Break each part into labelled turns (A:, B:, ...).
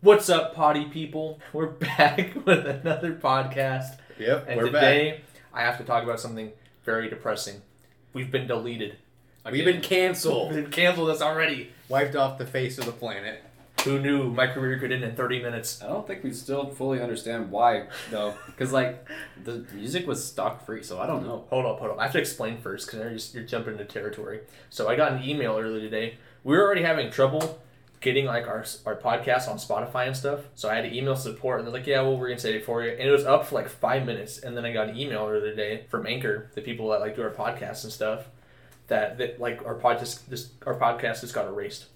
A: What's up, potty people? We're back with another podcast.
B: Yep,
A: And
B: we're
A: today, I have to talk about something very depressing. We've been deleted.
B: back. We've been
A: Again.
B: canceled,
A: We've canceled us already.
B: wiped off the face of the planet.
A: Who knew my career could end in 30 minutes?
C: I don't think we still fully understand why though, because like the music was stock free, so I don't know.
A: Hold up, hold up. I have to explain first because you're, just- you're jumping into territory. So I got an email earlier today. We were already having trouble getting like our our podcast on Spotify and stuff. So I had to email support, and they're like, "Yeah, well, we're gonna save it for you." And it was up for like five minutes, and then I got an email earlier today from Anchor, the people that like do our podcasts and stuff, that that like our podcast this our podcast just got erased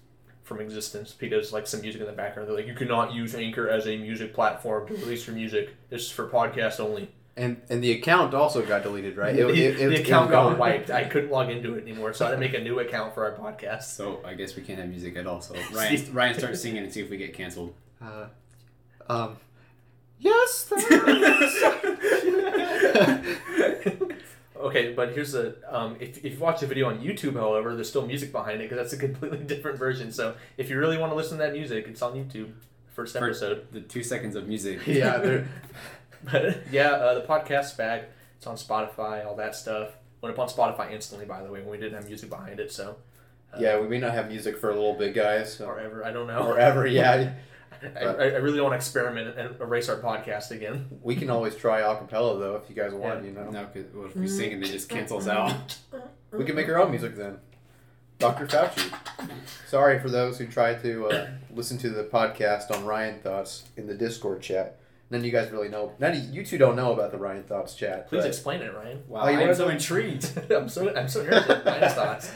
A: from existence because like some music in the background. They're like, "You cannot use Anchor as a music platform to release your music. This is for podcasts only."
B: And and the account also got deleted, right? It-
A: the,
B: it- it-
A: the
B: it
A: account
B: was
A: got
B: gone.
A: wiped. I couldn't log into it anymore, so I had to make a new account for our podcast.
C: So I guess we can't have music at all. So Ryan, Ryan, start singing and see if we get canceled.
B: Uh, um, yes. there is.
A: Okay, but here's the um, if, if you watch the video on YouTube, however, there's still music behind it because that's a completely different version. So if you really want to listen to that music, it's on YouTube. First
C: First-
A: episode.
C: The two seconds of music.
B: yeah, there-
A: But yeah, uh, the podcast's back. It's on Spotify, all that stuff. Went up on Spotify instantly, by the way, when we didn't have music behind it. So uh,
B: yeah, we may not have music for a little bit, guys. So.
A: forever. I don't know.
B: Forever, yeah.
A: I, I I really want to experiment and erase our podcast again.
B: We can always try acapella though if you guys want. You know,
C: No, 'cause what if we sing and they just cancel us out?
B: we can make our own music then. Dr. Fauci. Sorry for those who tried to uh, listen to the podcast on Ryan Thoughts in the Discord chat. None of you guys really know. None of you two don't know about the Ryan Thoughts chat.
A: Please
B: but
A: explain it, Ryan.
C: Wow,
B: Oh, you
C: I'm
B: wanna
C: so
B: go-
C: intrigued.
A: I'm so I'm so nervous. about Ryan's thoughts.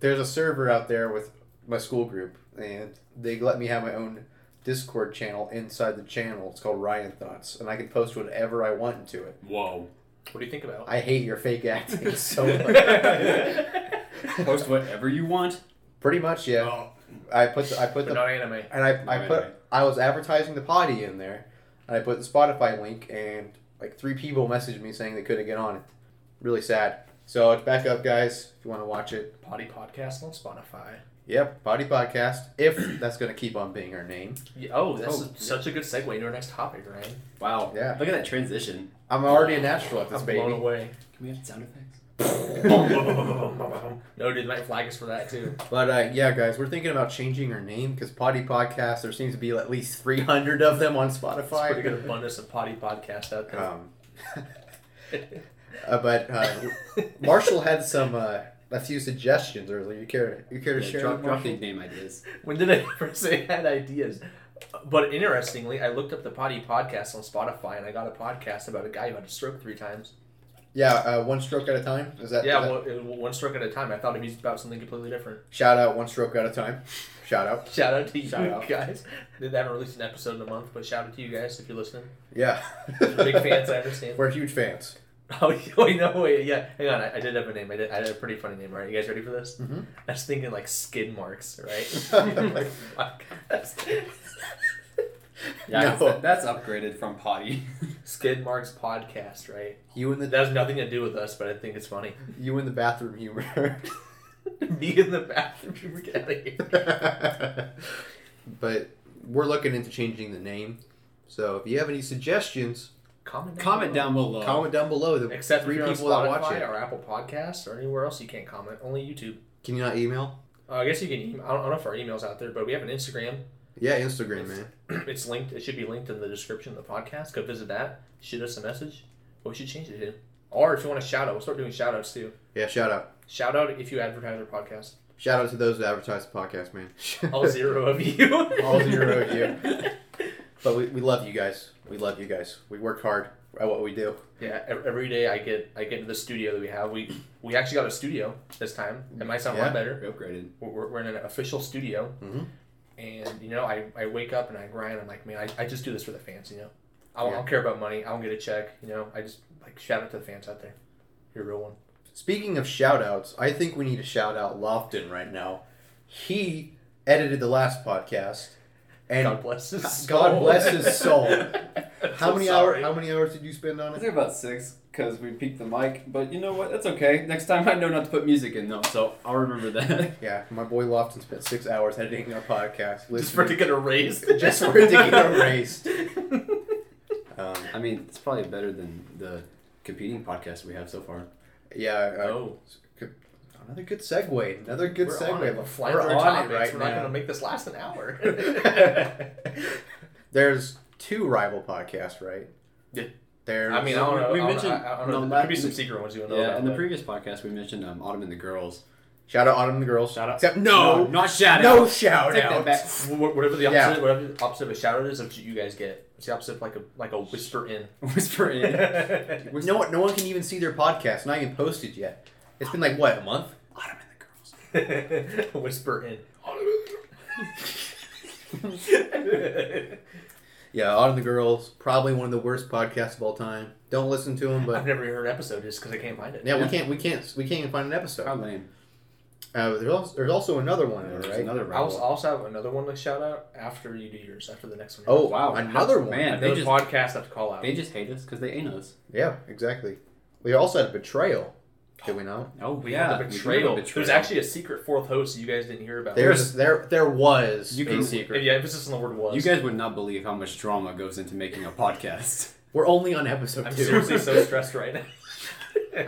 B: there's a server out there with my school group, and they let me have my own Discord channel inside the channel. It's called Ryan Thoughts, and I can post whatever I want into it.
C: Whoa.
A: What do you think about?
B: I hate your fake acting so much.
A: but
C: Post whatever you want.
B: Pretty much, yeah.
C: Oh.
B: I put the, I put the
A: not anime.
B: and I, I
C: Right,
B: put
C: right.
B: I was advertising the potty in there, and I put the Spotify link, and like three people messaged me saying they couldn't get on it. Really sad. So it's back up, guys. If you want to watch it,
A: Potty podcast on Spotify.
B: yep, potty podcast. If that's gonna keep on being our name,
A: Yeah, oh, that's
C: Oh,
A: such a good segue into our next topic, Ryan.
C: Wow.
B: Yeah.
C: Look at that transition.
B: I'm already a natural at this
A: I'm blown
B: baby.
A: away.
C: Can we have sound effects?
A: no, dude, might flag us for that too.
B: But uh, yeah, guys, we're thinking about changing our name because potty podcast. There seems to be at least 300 of them on
A: It's pretty good
B: Spotify.
A: abundance of potty podcast out there.
B: Um, uh, but uh, Marshall had some uh, a few suggestions earlier. You care you care to
C: Yeah,
B: share?
C: drop,
B: them,
C: drop
B: Marshall?
C: big name ideas.
A: when did I ever say I had ideas? But interestingly, I looked up the potty podcast on Spotify and I got a podcast about a guy who had a stroke three times.
B: Yeah, uh, one stroke at a time. Is that,
A: Yeah,
B: is that-
A: well, it- one stroke at a time. I thought it'd be about something completely different.
B: shout out one stroke at a time. Shout out.
A: Shout out to you
B: Shout out.
A: guys. They haven't released an episode in a month, but shout out to you guys if you're listening.
B: Yeah,
A: Big fans, I understand.
B: We're huge fans.
A: Oh, wait, no, wait, yeah. Hang on, I, I did have a name. I did, I had a pretty funny name, right? You guys ready for this?
B: Mhm.
A: I was thinking like skin marks, right?
B: Like-
A: Fuck. That's-
C: Yeah, 'cause
B: No.
C: that- that's upgraded from potty.
A: skin marks podcast, right?
B: You in
A: That
B: the
A: has nothing to do with us, but I think it's funny.
B: you in the bathroom humor.
A: Me in the bathroom, get out of here.
B: but we're looking into changing the name. So if you have any suggestions,
A: Comment down
C: Comment
A: below.
C: down below.
B: comment down below. The
A: Um, Except
B: three
A: if you're
B: people
A: on
B: that
A: Spotify
B: watch it.
A: or Apple Podcasts or anywhere else, you can't comment. Only YouTube.
B: Can you not email?
A: Uh, I guess you can. Email, I don't I don't know if our email's out there, but we have an Instagram.
B: Yeah, Instagram, man.
A: it's linked. It should be linked in the description of the podcast. Go visit that. Shoot us a message. What we should change it to. Or if you want to shout out, we'll start doing shout outs too.
B: Yeah, shout out.
A: Shout out if you advertise our podcast.
B: Shout out to those who advertise the podcast, man.
A: All Oh, zero of you.
B: All zero of you. But we, we love you guys. We love you guys. We work hard at what we do.
A: Yeah. ev- Every day I get I get into the studio that we have. We we actually got a studio this time. It might sound a
B: Yeah.
A: lot better.
C: We upgraded.
A: We're, we're- we're in an official studio.
B: Mhm.
A: And you know I, I wake up and I grind. I'm like man I, I just do this for the fans. You know I don't, I
B: Yeah.
A: don't care about money. I don't get a check. You know I just like shout out to the fans out there. You're a real one.
B: Speaking of shout outs, I think we need to shout out Lofton right now. He edited the last podcast. And
A: God bless his
B: God bless his soul.
A: I'm
B: how
A: so
B: many
A: sorry.
B: hours how many hours did you spend on
C: I
B: it?
C: think about six. 'cause because we peaked the mic. But you know what? That's okay. Next time I know not to put music in though, so I'll remember that.
B: Yeah, my boy Lofton spent six hours editing our podcast.
A: Just for it to get erased.
B: Just for it to get erased. Um,
C: I mean, it's probably better than the competing podcast we have so far.
B: yeah. Uh,
A: Oh,
B: Another good segue. Another good
A: we're
B: segue.
A: on it. We're flying
B: We're
A: through
B: on
A: topics.
B: it right
A: We're
B: now.
A: not going to make this last an hour.
B: There's two rival podcasts, right?
A: Yeah.
B: There's.
A: I mean, I
C: So
A: don't know. I
C: we- we
A: don't
C: mentioned-
A: know. I don't
C: no,
A: know. There
C: that-
A: could be some secret ones you don't know
C: yeah,
A: about.
C: in the
A: but-
C: previous podcast we mentioned um, Autumn and the Girls.
B: shout out Autumn and the girls.
A: Shout out-
B: Except no,
C: not shout
B: no
C: out.
B: shout
C: Take that
B: out.
C: back.
A: Wh- Whatever the
B: Yeah.
A: opposite, whatever the opposite of a shout out is, of you guys get. It's the opposite of like a like a whisper in.
C: Whisper in.
A: Autumn
B: No one, no one can even see their podcast. Not even posted yet. It's been like what a month.
C: Autumn and the Girls.
A: whisper in.
B: Yeah, Autumn and the girls. Probably one of the worst podcasts of all time. Don't listen to them,
A: I've
B: but
A: never heard an episode just because I can't find it.
B: yeah, we can't, we can't, we can't even find an
C: How
B: episode.
C: lame.
B: Uh, there's also, there's also another one,
C: There's
B: right?
C: another
A: I
C: rival.
A: also, I also have another one to shout out after you do yours, after the next one.
B: Oh
C: Wow.
B: wow, another one.
C: Man.
A: another
C: they just-
A: podcast I have to call out.
C: They just hate us because they ain't us.
B: Yeah, exactly. We also had a betrayal. Did we not?
C: Oh,
A: we had the betrayal. There's actually a secret fourth host you guys didn't hear about.
B: There's there there was
C: You
B: a
C: can-
B: secret.
A: yeah, emphasis on the word was.
C: You guys would not believe how much drama goes into making a podcast.
B: We're only on episode
A: I'm
B: two.
A: seriously so stressed right now.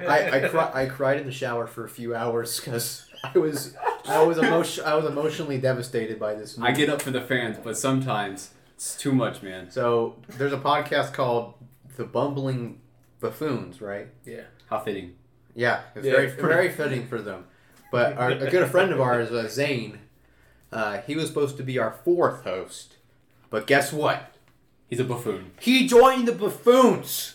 B: I I, cry, I cried in the shower for a few hours because I was I was emotion I was emotionally devastated by this.
C: I
B: movie.
C: get up for the fans, but sometimes it's too much, man.
B: so there's a podcast called The Bumbling Buffoons, right?
A: Yeah.
C: How fitting.
B: Yeah, it's
A: Yeah.
B: very very fitting for them. But our, a good friend of ours, uh, Zane, uh, he was supposed to be our fourth host, but guess what?
C: He's a buffoon.
B: He joined the buffoons.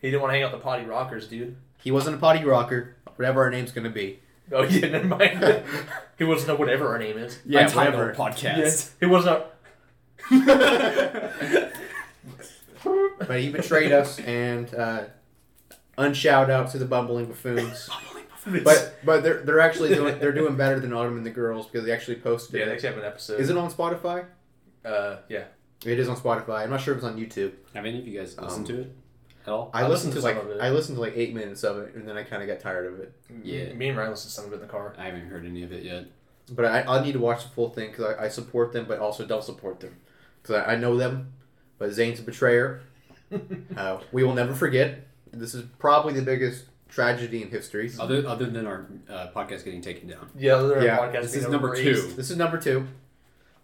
A: He didn't want to hang out with the potty rockers, dude.
B: He wasn't a potty rocker, whatever our name's gonna be.
A: Oh yeah, never mind. he wasn't a whatever our name is.
B: Yeah,
C: Untitled
B: whatever.
C: podcast.
A: He wasn't. A...
B: But he betrayed us and uh, unshout out to the bumbling buffoons. But but they're they're actually doing they're doing better than Autumn and the girls because they actually posted
A: yeah, they
B: it.
A: actually have an episode.
B: Is it on Spotify?
A: Uh, yeah.
B: It is on Spotify. I'm not sure if it's on YouTube.
C: Have any of you guys listened
B: Um,
C: to it at all?
B: I,
A: I listened
B: listened to
A: to
B: like
A: some of it.
B: I listened to like eight minutes of it and then I kind of got tired of it.
C: Yeah.
A: Me and Ryan listened to some of it in the car.
C: I haven't heard any of it yet.
B: But I I need to watch the full thing because I, I support them but also don't support them because I, I know them. But Zane's a betrayer. Uh, we will never forget. This is probably the biggest tragedy in history.
A: Oh,
C: Other other than our uh, podcast getting taken down.
A: yeah, the other
B: Yeah,
A: podcast.
C: this
A: being
C: is number
A: erased.
B: This is number two,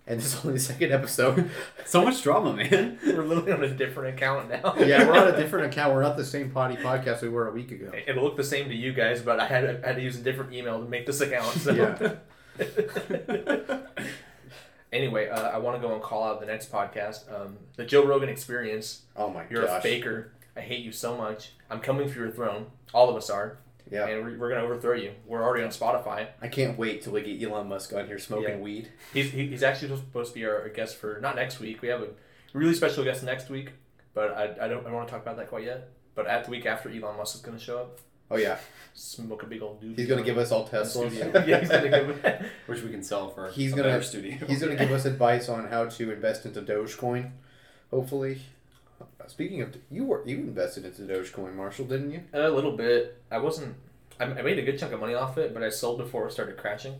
B: and this is only the second episode.
C: So much drama, man.
A: We're literally on a different account now.
B: yeah, we're on a different account. We're not the same potty podcast we were a week ago.
A: It'll look the same to you guys, but I had, I had to use a different email to make this account. So.
B: Yeah.
A: anyway, uh, I want to go and call out the next podcast, um, the Joe Rogan Experience.
B: Oh my
A: You're a faker. I hate you so much. I'm coming for your throne. All of us are.
B: Yeah.
A: And we're, we're gonna overthrow you. We're already on Spotify.
B: I can't wait till we get Elon Musk on here smoking
A: Yeah.
B: weed.
A: He's he, he's actually supposed to be our guest for not next week. We have a really special guest next week, but I, I don't I don't want to talk about that quite yet. But at the week after, Elon Musk is gonna show up.
B: Oh yeah,
A: Smoke a big old dude.
B: he's gonna give us all Teslas.
A: yeah, he's gonna give.
C: Which we can sell for
B: He's
C: a
B: gonna-
C: better studio.
B: He's gonna give us advice on how to invest into Dogecoin. Hopefully. Uh, Speaking of, you were you invested into Dogecoin, Marshall, didn't you?
A: a little bit. I wasn't. I, I made a good chunk of money off it, but I sold before it started crashing.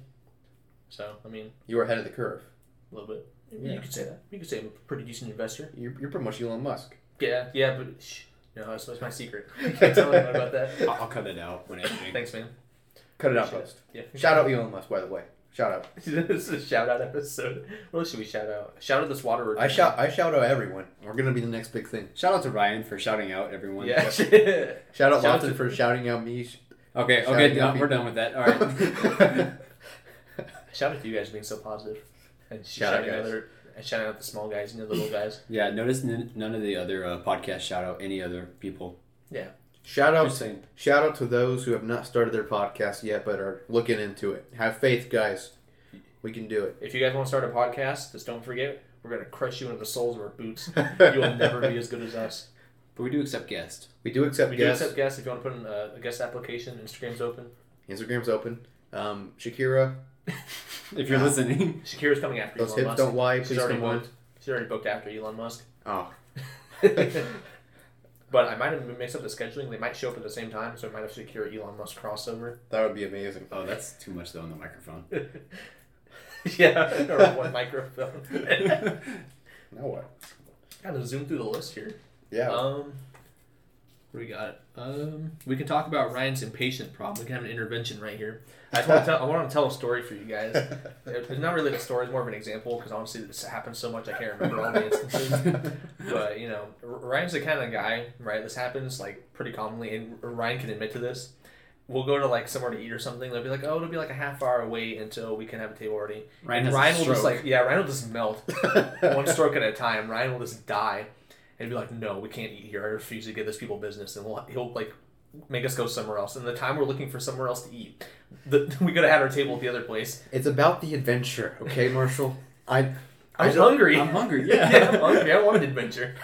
A: So I mean,
B: You were ahead of the curve.
A: a little bit.
B: Yeah.
A: You could say that. You could say I'm a pretty decent investor.
B: You're, you're pretty much Elon Musk.
A: Yeah, yeah, but shh, no, that's, that's my secret. Can't tell anyone about that.
C: I'll, I'll cut it out when editing.
A: Thanks, man.
B: Cut it out, post.
A: Yeah.
B: Shout out Elon Musk, by the way. Shout out.
A: this is a shout out episode. What else should we shout out? Shout out this water.
B: I shout I shout out everyone. We're gonna be the next big thing.
C: Shout out to Ryan for shouting out everyone.
A: Yeah.
B: Shout out
A: Shout out
B: Lofton
A: to-
B: for shouting out me.
C: Okay,
B: Shouting
C: okay,
B: out
C: done, we're
B: people.
C: done with that. All right.
A: shout out to you guys being so positive. And shout,
B: Shout out,
A: out
B: guys.
A: other and shout out the small guys and the little guys.
C: yeah, notice n- none of the other uh, podcasts shout out any other people.
B: shout
C: Just
B: out
C: saying.
B: shout out to those who have not started their podcast yet but are looking into it. Have faith, guys. We can do it.
A: If you guys want to start a podcast, just don't forget we're gonna crush you into the soles of our boots. You'll never be as good as us.
C: But we do accept guests.
B: We do accept
A: We do
B: guests.
A: accept guests. If you want to put in a, a guest application, Instagram's open.
B: Instagram's open. Um, Shakira,
C: If you're
B: Yeah.
C: listening,
A: Shakira's coming after
B: those
A: Elon
B: hips
A: Musk.
B: don't lie.
A: She's
B: Please Oh,
A: already
B: come on.
A: booked. She's already booked after Elon Musk.
B: Oh,
A: But I might have mixed up the scheduling. They might show up at the same time, so I might have to secure Elon Musk crossover.
B: That would be amazing.
C: Oh, that's too much though on the microphone.
A: yeah, or one microphone.
B: Now what?
A: Gotta zoom through the list here.
B: Yeah.
A: Um, what do we got? Um, we can talk about Ryan's impatient problem. We can have an intervention right here. I just want to tell. I want to tell a story for you guys. It- It's not really a story; it's more of an example because honestly, this happens so much I can't remember all the instances. But you know, R- Ryan's the kind of guy, right? This happens like pretty commonly, and R- Ryan can admit to this. We'll go to like somewhere to eat or something. They'll be like, "Oh, it'll be like a half hour wait until we can have a table already." and
C: Ryan has a
A: Ryan will just
C: stroke.
A: like, yeah, Ryan will just melt one stroke at a time. Ryan will just die, and be like, "No, we can't eat here. I refuse to give this people business." And we'll, he'll like make us go somewhere else. And the time we're looking for somewhere else to eat, the, we could have had our table at the other place.
B: It's about the adventure, okay, Marshall? I
A: I was
B: don't-
A: hungry.
C: I'm hungry.
A: yeah.
C: Yeah.
A: I'm hungry. I want an adventure.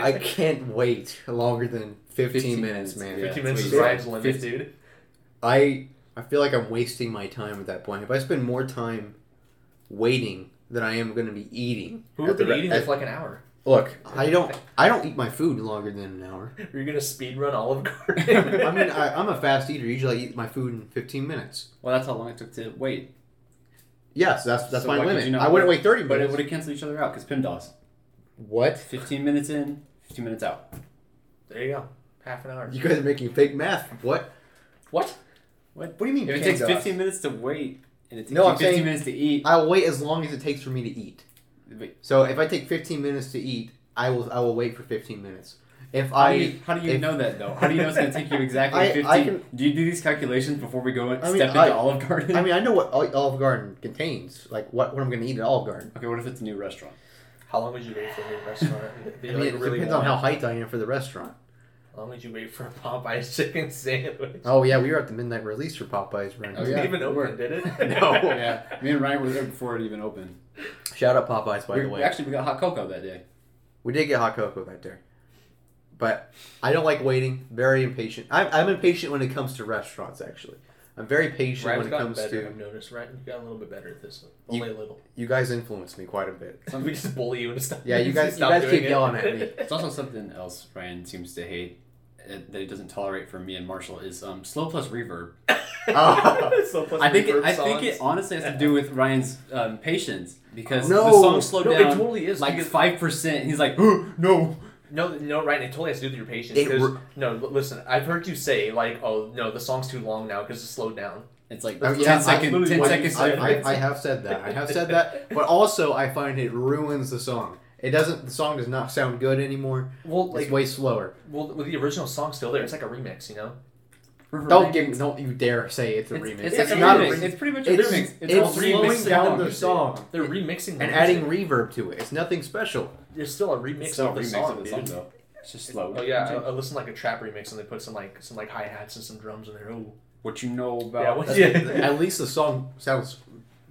B: I can't wait longer than 15,
C: 15
B: minutes,
C: minutes,
B: man.
C: yeah.
A: 15 minutes is
C: that's
B: what you
A: Ryan's
C: said.
A: limit,
C: Fifty.
A: dude.
B: I I feel like I'm wasting my time at that point. If I spend more time waiting than I am going to be eating.
A: Who
B: at
A: would be
B: re-
A: eating
B: at-
A: with like an hour?
B: Look, I don't I don't eat my food longer than an hour.
A: Are you gonna speed run Olive Garden?
B: I mean, I, I'm a fast eater. Usually, I eat my food in 15 minutes.
C: Well, that's how long it took to wait.
B: Yes, that's that's
C: So
B: my
C: why could
B: limit.
C: you not
B: I wouldn't
C: wait?
B: wait 30
C: But it
B: minutes.
C: would have canceled each other out because PEMDAS.
B: what?
C: 15 minutes in, 15 minutes out.
A: there you go. Half an hour.
B: You guys are making fake math. What?
A: What?
B: What do you mean?
C: If it takes 15 minutes to wait and it takes
B: No,
C: you
B: I'm
C: 15
B: saying-
C: minutes to eat,
B: I'll wait as long as it takes for me to eat.
C: wait,
B: So if I take 15 minutes to eat, I will I will wait for 15 minutes. If
C: how
B: I
C: do you, how do you
B: if-
C: know that though? How do you know it's going to take you exactly
B: I- I
C: 15? do you do these calculations before we go and
B: I mean,
C: step into
B: I-
C: Olive Garden?
B: I mean I know what Ol- Olive Garden contains, like what, what I'm going to eat at Olive Garden.
C: okay, what if it's a new restaurant?
A: How long would you wait for a new restaurant? They,
B: I mean,
A: like,
B: it
A: really
B: depends
A: want-
B: on how hyped I am for the restaurant.
A: How long would you wait for a Popeye's chicken sandwich?
B: Oh yeah, we were at the midnight release for Popeyes. Right?
C: Oh,
A: It
C: yeah.
A: didn't even
C: it
A: open,
C: worked.
A: did it?
B: No.
C: yeah, me and Ryan were there before it even opened.
B: Shout out Popeyes by
C: We-
B: the way.
C: Actually, we got hot cocoa that day.
B: We did get hot cocoa back there. But I don't like waiting. Very impatient. I'm, I'm impatient when it comes to restaurants, actually. I'm very patient
A: Ryan's
B: when it
A: gotten
B: comes
A: better. I've
B: to.
A: noticed. Ryan, you got a little bit better at this.
B: You-
A: Only a little.
B: You guys influence me quite a bit.
A: We just bully you and stuff.
B: Yeah, you guys- you
A: Stop
B: guys
A: doing
B: keep
A: it.
B: yelling at me.
C: It's also something else Ryan seems to hate uh, that he doesn't tolerate from me and Marshall is um, slow plus reverb.
B: Oh.
A: So plus
C: I think it,
A: reverb
C: I think
A: songs.
C: it honestly has to do with Ryan's um, patience because
B: No.
C: the song slowed
A: No, it
C: down
A: totally is
C: like
A: because-
C: five percent. He's like, "Huh, no,
A: No, no, right. It totally has to do with your patience.
B: It
A: 'cause-
B: wor-
A: no, l- listen. I've heard you say like, "Oh no, the song's too long now because it's slowed down."
C: it's like
B: Oh,
C: ten
B: yeah, I
C: second-
A: literally
C: 10
A: watched-
C: seconds.
B: I, I,
C: difference.
B: I have said that. I have said that. But also, I find it ruins the song. It doesn't. The song does not sound good anymore.
A: Well,
B: It's
A: like,
B: way slower.
A: well, with the original song still there, it's like a remix, you know.
C: Reverb.
B: Don't give. me- Don't you dare say it's a
C: It's,
B: remix.
C: it's,
A: It's
C: like a
A: not a
C: remix.
A: remix.
C: It's pretty much a
B: It's,
C: remix.
B: it's,
C: all
B: slowing
C: remixed
B: down
C: songs.
B: the song
A: They're remixing the
B: and
A: music.
B: adding reverb to it. It's nothing special.
A: There's still a remix
C: It's still
A: of the
C: a remix
A: song,
C: of the
A: dude.
C: song though. It's just slow.
A: Oh yeah, I, I listened like a trap remix, and they put some like some like hi hats and some drums in there. Ooh,
C: what you know
A: Yeah,
C: about?
A: what-
C: that's-
A: yeah.
B: At least the song sounds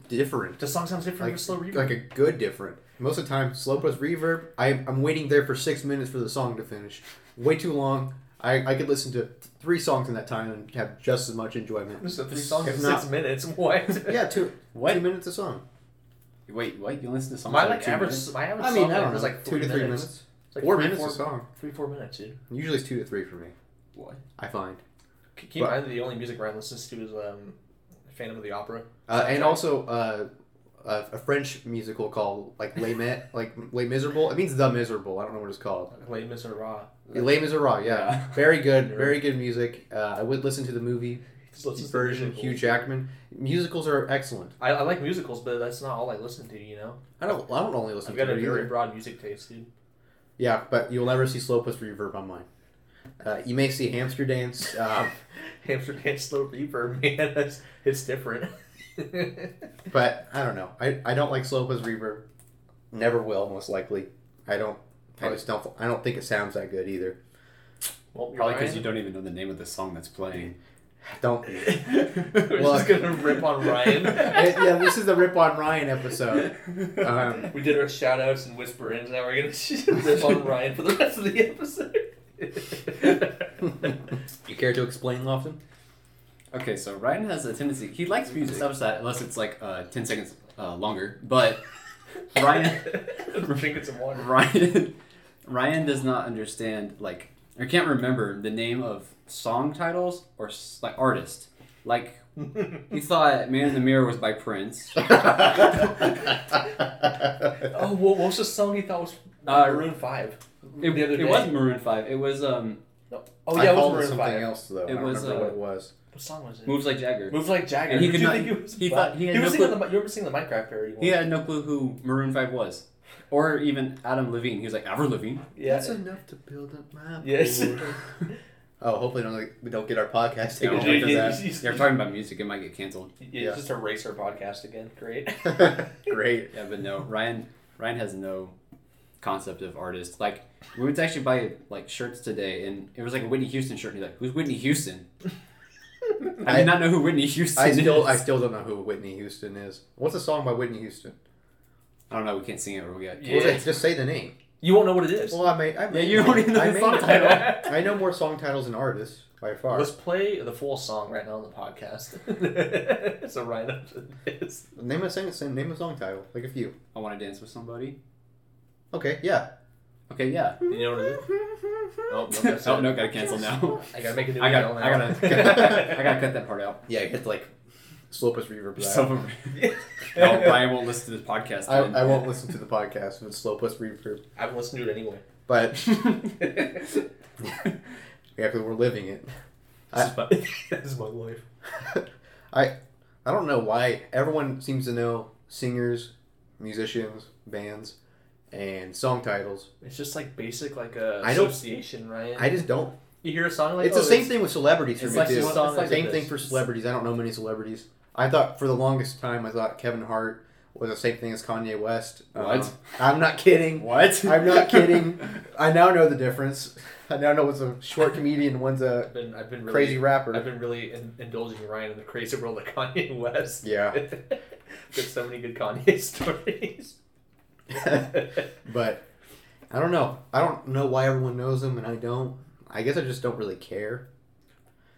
B: different.
A: the song sounds different
B: Like,
A: with slow reverb.
B: like a good different. Most of the time, slow plus reverb. I, I'm waiting there for six minutes for the song to finish. Way too long. I, I could listen to three songs in that time and have just as much enjoyment.
A: There's three songs in
B: It's
A: six minutes. What?
B: Yeah, two
C: What?
B: two minutes a song.
C: Wait, what? You listen to songs?
A: My
C: that are
A: like
C: two
A: average,
C: minutes?
A: my average
B: I
A: song
B: mean, I
A: length
B: don't know,
A: is like
B: two to three minutes.
A: It's like
B: four
A: three,
B: minutes
A: four,
B: a song.
A: three four minutes, dude.
B: Usually it's two to three for me.
C: What?
B: I find.
A: Keep keep in
B: But-
A: mind that the only music Ryan listens to is um, Phantom of the Opera.
B: Uh, and
A: Soundtrack.
B: also uh, a, a French musical called like Les Mis- like Les Miserable. It means the miserable. I don't know what it's called.
A: Les Miserables.
B: Les Miserables. Yeah.
C: Yeah.
B: Very good. Very good music. Uh, I would listen to the movie
A: He just listens to
B: version.
A: musicals.
B: Hugh Jackman. Musicals are excellent.
A: I, I like musicals, but that's not all I listen to. You know,
B: I don't. I don't only listen
A: I've got
B: to
A: a
B: it
A: very
B: either.
A: broad music taste, dude.
B: Yeah, but you'll never see slow plus reverb on mine. Uh, you may see hamster dance. Uh,
A: Hamster Dance Slow Reaper, man, that's, it's different.
B: But I don't know. I, I don't like Slopa's reverb. Never will, most likely. I don't. I just don't. I don't think it sounds that good either.
A: well,
C: Probably
A: Ryan,
C: because you don't even know the name of the song that's playing.
B: Don't.
A: we're just
B: Look.
A: gonna rip on Ryan.
B: It- Eh, yeah, this is the Rip on Ryan episode. Um,
A: We did our shout outs and whisper ins, now we're gonna rip on Ryan for the rest of the
C: Oh,
A: episode.
B: you care to explain, Lofton?
C: Okay, so Ryan has a tendency. He likes music such that unless it's like uh, ten seconds uh, longer. But Ryan,
A: we're drinking some water.
C: Ryan, Ryan does not understand like or can't remember the name of song titles or s- like artist. Like he thought "Man in the Mirror" was by Prince.
A: oh, what, what was the song he thought was
C: Uh,
A: uh, Maroon Five?
C: It,
A: the other
C: it
A: day.
C: was Maroon Five. It was um
A: Oh
B: I
A: yeah, it
B: called
A: was Maroon
B: something
A: Five.
B: else though.
C: It
B: I don't
C: was,
B: remember
C: uh,
B: what it was.
A: What song was it?
C: moves like Jagger.
A: Moves like Jagger.
C: And he
A: Did
C: could
A: you
C: not-
A: think was
C: he
A: bi-
C: thought- he had no
A: was
C: clue-
A: singing the, you were singing the Minecraft parody. one.
C: He had no clue who Maroon Five was, or even Adam Levine. He was like Avril Levine.
A: yeah.
B: That's enough to build up my.
A: Yes.
B: board. oh, hopefully don't, we don't get our podcast
C: Yeah,
B: taken
A: Yeah,
B: away
A: yeah,
B: for
A: yeah.
B: that.
A: He's-
C: They're talking about music. It might get canceled.
A: yeah,
B: Yeah.
A: just erase our podcast again. Great.
B: Great.
C: Yeah, but no, Ryan. Ryan has no concept of artist. Like we went to actually buy like shirts today, and it was like a Whitney Houston shirt. And he's like, "Who's Whitney Houston?" I,
B: I-
C: did not know who Whitney Houston
B: I still,
C: is.
B: I still don't know who Whitney Houston is. What's a song by Whitney Houston?
C: I don't know. We can't sing it. Or we got
A: Yeah.
B: Well, just say the name.
A: You won't know what it is.
B: Well, I may. I
C: yeah.
B: may
C: You don't even know
B: I
C: the
B: may-
C: song title.
B: I know more song titles than artists by far.
A: Let's play the full song right now on the podcast. so Ryan knows what it is.
B: Name a song. sing- Name a song title. Like a few.
C: I want to dance with somebody.
B: Okay. Yeah.
C: Okay, yeah.
A: You know what it is? Oh, no, that's
C: oh
A: it.
C: no, gotta cancel now.
A: I gotta make a new
C: I
A: email
C: gotta,
A: now.
C: I gotta, I gotta cut that part out.
B: Yeah. It's like Slopus Reverb. that.
C: Some of- no, Ryan won't listen to this podcast.
B: I,
C: then.
B: I won't listen to the podcast if it's Slopus Reverb.
A: I haven't listened to it anyway.
B: But yeah, 'cause we're living it.
A: This is my, this is my life.
B: I I don't know why everyone seems to know singers, musicians, bands, and song titles.
A: It's just like basic like a
B: I don't-
A: association, right?
B: I just don't.
A: you hear a song like
B: It's
A: oh,
B: the same
A: this-
B: thing with celebrities for
A: It's
B: me
A: like
B: too.
A: this song.
C: It's like
B: same
A: this.
B: thing for celebrities. I don't know many celebrities. I thought for the longest time I thought Kevin Hart was the same thing as Kanye West.
C: What?
B: Uh, I'm not kidding.
C: what?
B: I'm not kidding. I now know the difference. I now know it's a short comedian, one's a
A: I've been, I've been really,
B: crazy rapper.
A: I've been really in, indulging Ryan in the crazy world of Kanye West.
B: Yeah.
A: There's so many good Kanye stories.
B: but I don't know. I don't know why everyone knows them, and I don't. I guess I just don't really care.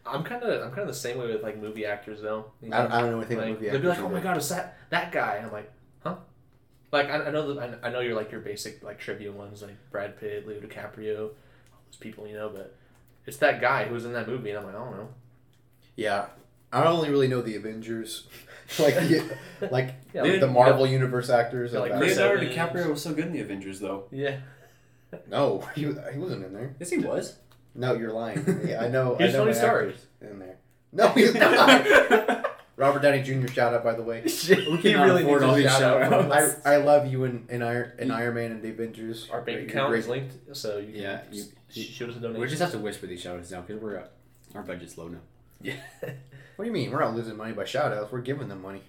A: I'm kind of I'm kind of the same way with like movie actors though. You
B: I don't, I don't know anything
A: like,
B: about movie
A: they'll be like,
B: actors.
A: "Oh my god, it's that that guy?" And I'm like, "Huh?" Like I, I know that I, I know you're like your basic like trivia ones like Brad Pitt, Leo DiCaprio, all those people you know, but it's that guy who was in that movie, and I'm like, I don't know.
B: Yeah, I only really know the Avengers, like the, like
A: Yeah,
C: Dude,
B: the Marvel Universe actors.
A: Yeah,
B: of
A: like
B: that.
A: Chris
C: Leonardo
A: Evans.
C: DiCaprio was so good in the Avengers, though.
A: yeah.
B: no, he, was, he wasn't in there.
C: Yes, he was.
B: No, you're lying. Yeah, I know.
A: He's
B: I know
A: Tony
B: my
A: Stark.
B: actors in there. No, he's not. Robert Downey Jr. shout out by the way.
A: Shit,
C: He cannot really afford
B: Just
C: all these
B: shout out.
C: shout-outs.
B: I, I love you and and Iron and Iron Man and the Avengers.
A: Our bank
B: You're
A: account
B: great.
A: is linked, so you can
C: Yeah, you-
A: sh- shoot us a donation.
C: We just have to whisper these shout outs now because we're up. Our budget's low now.
A: yeah.
B: What do you mean? We're not losing money by shout outs. We're giving them money.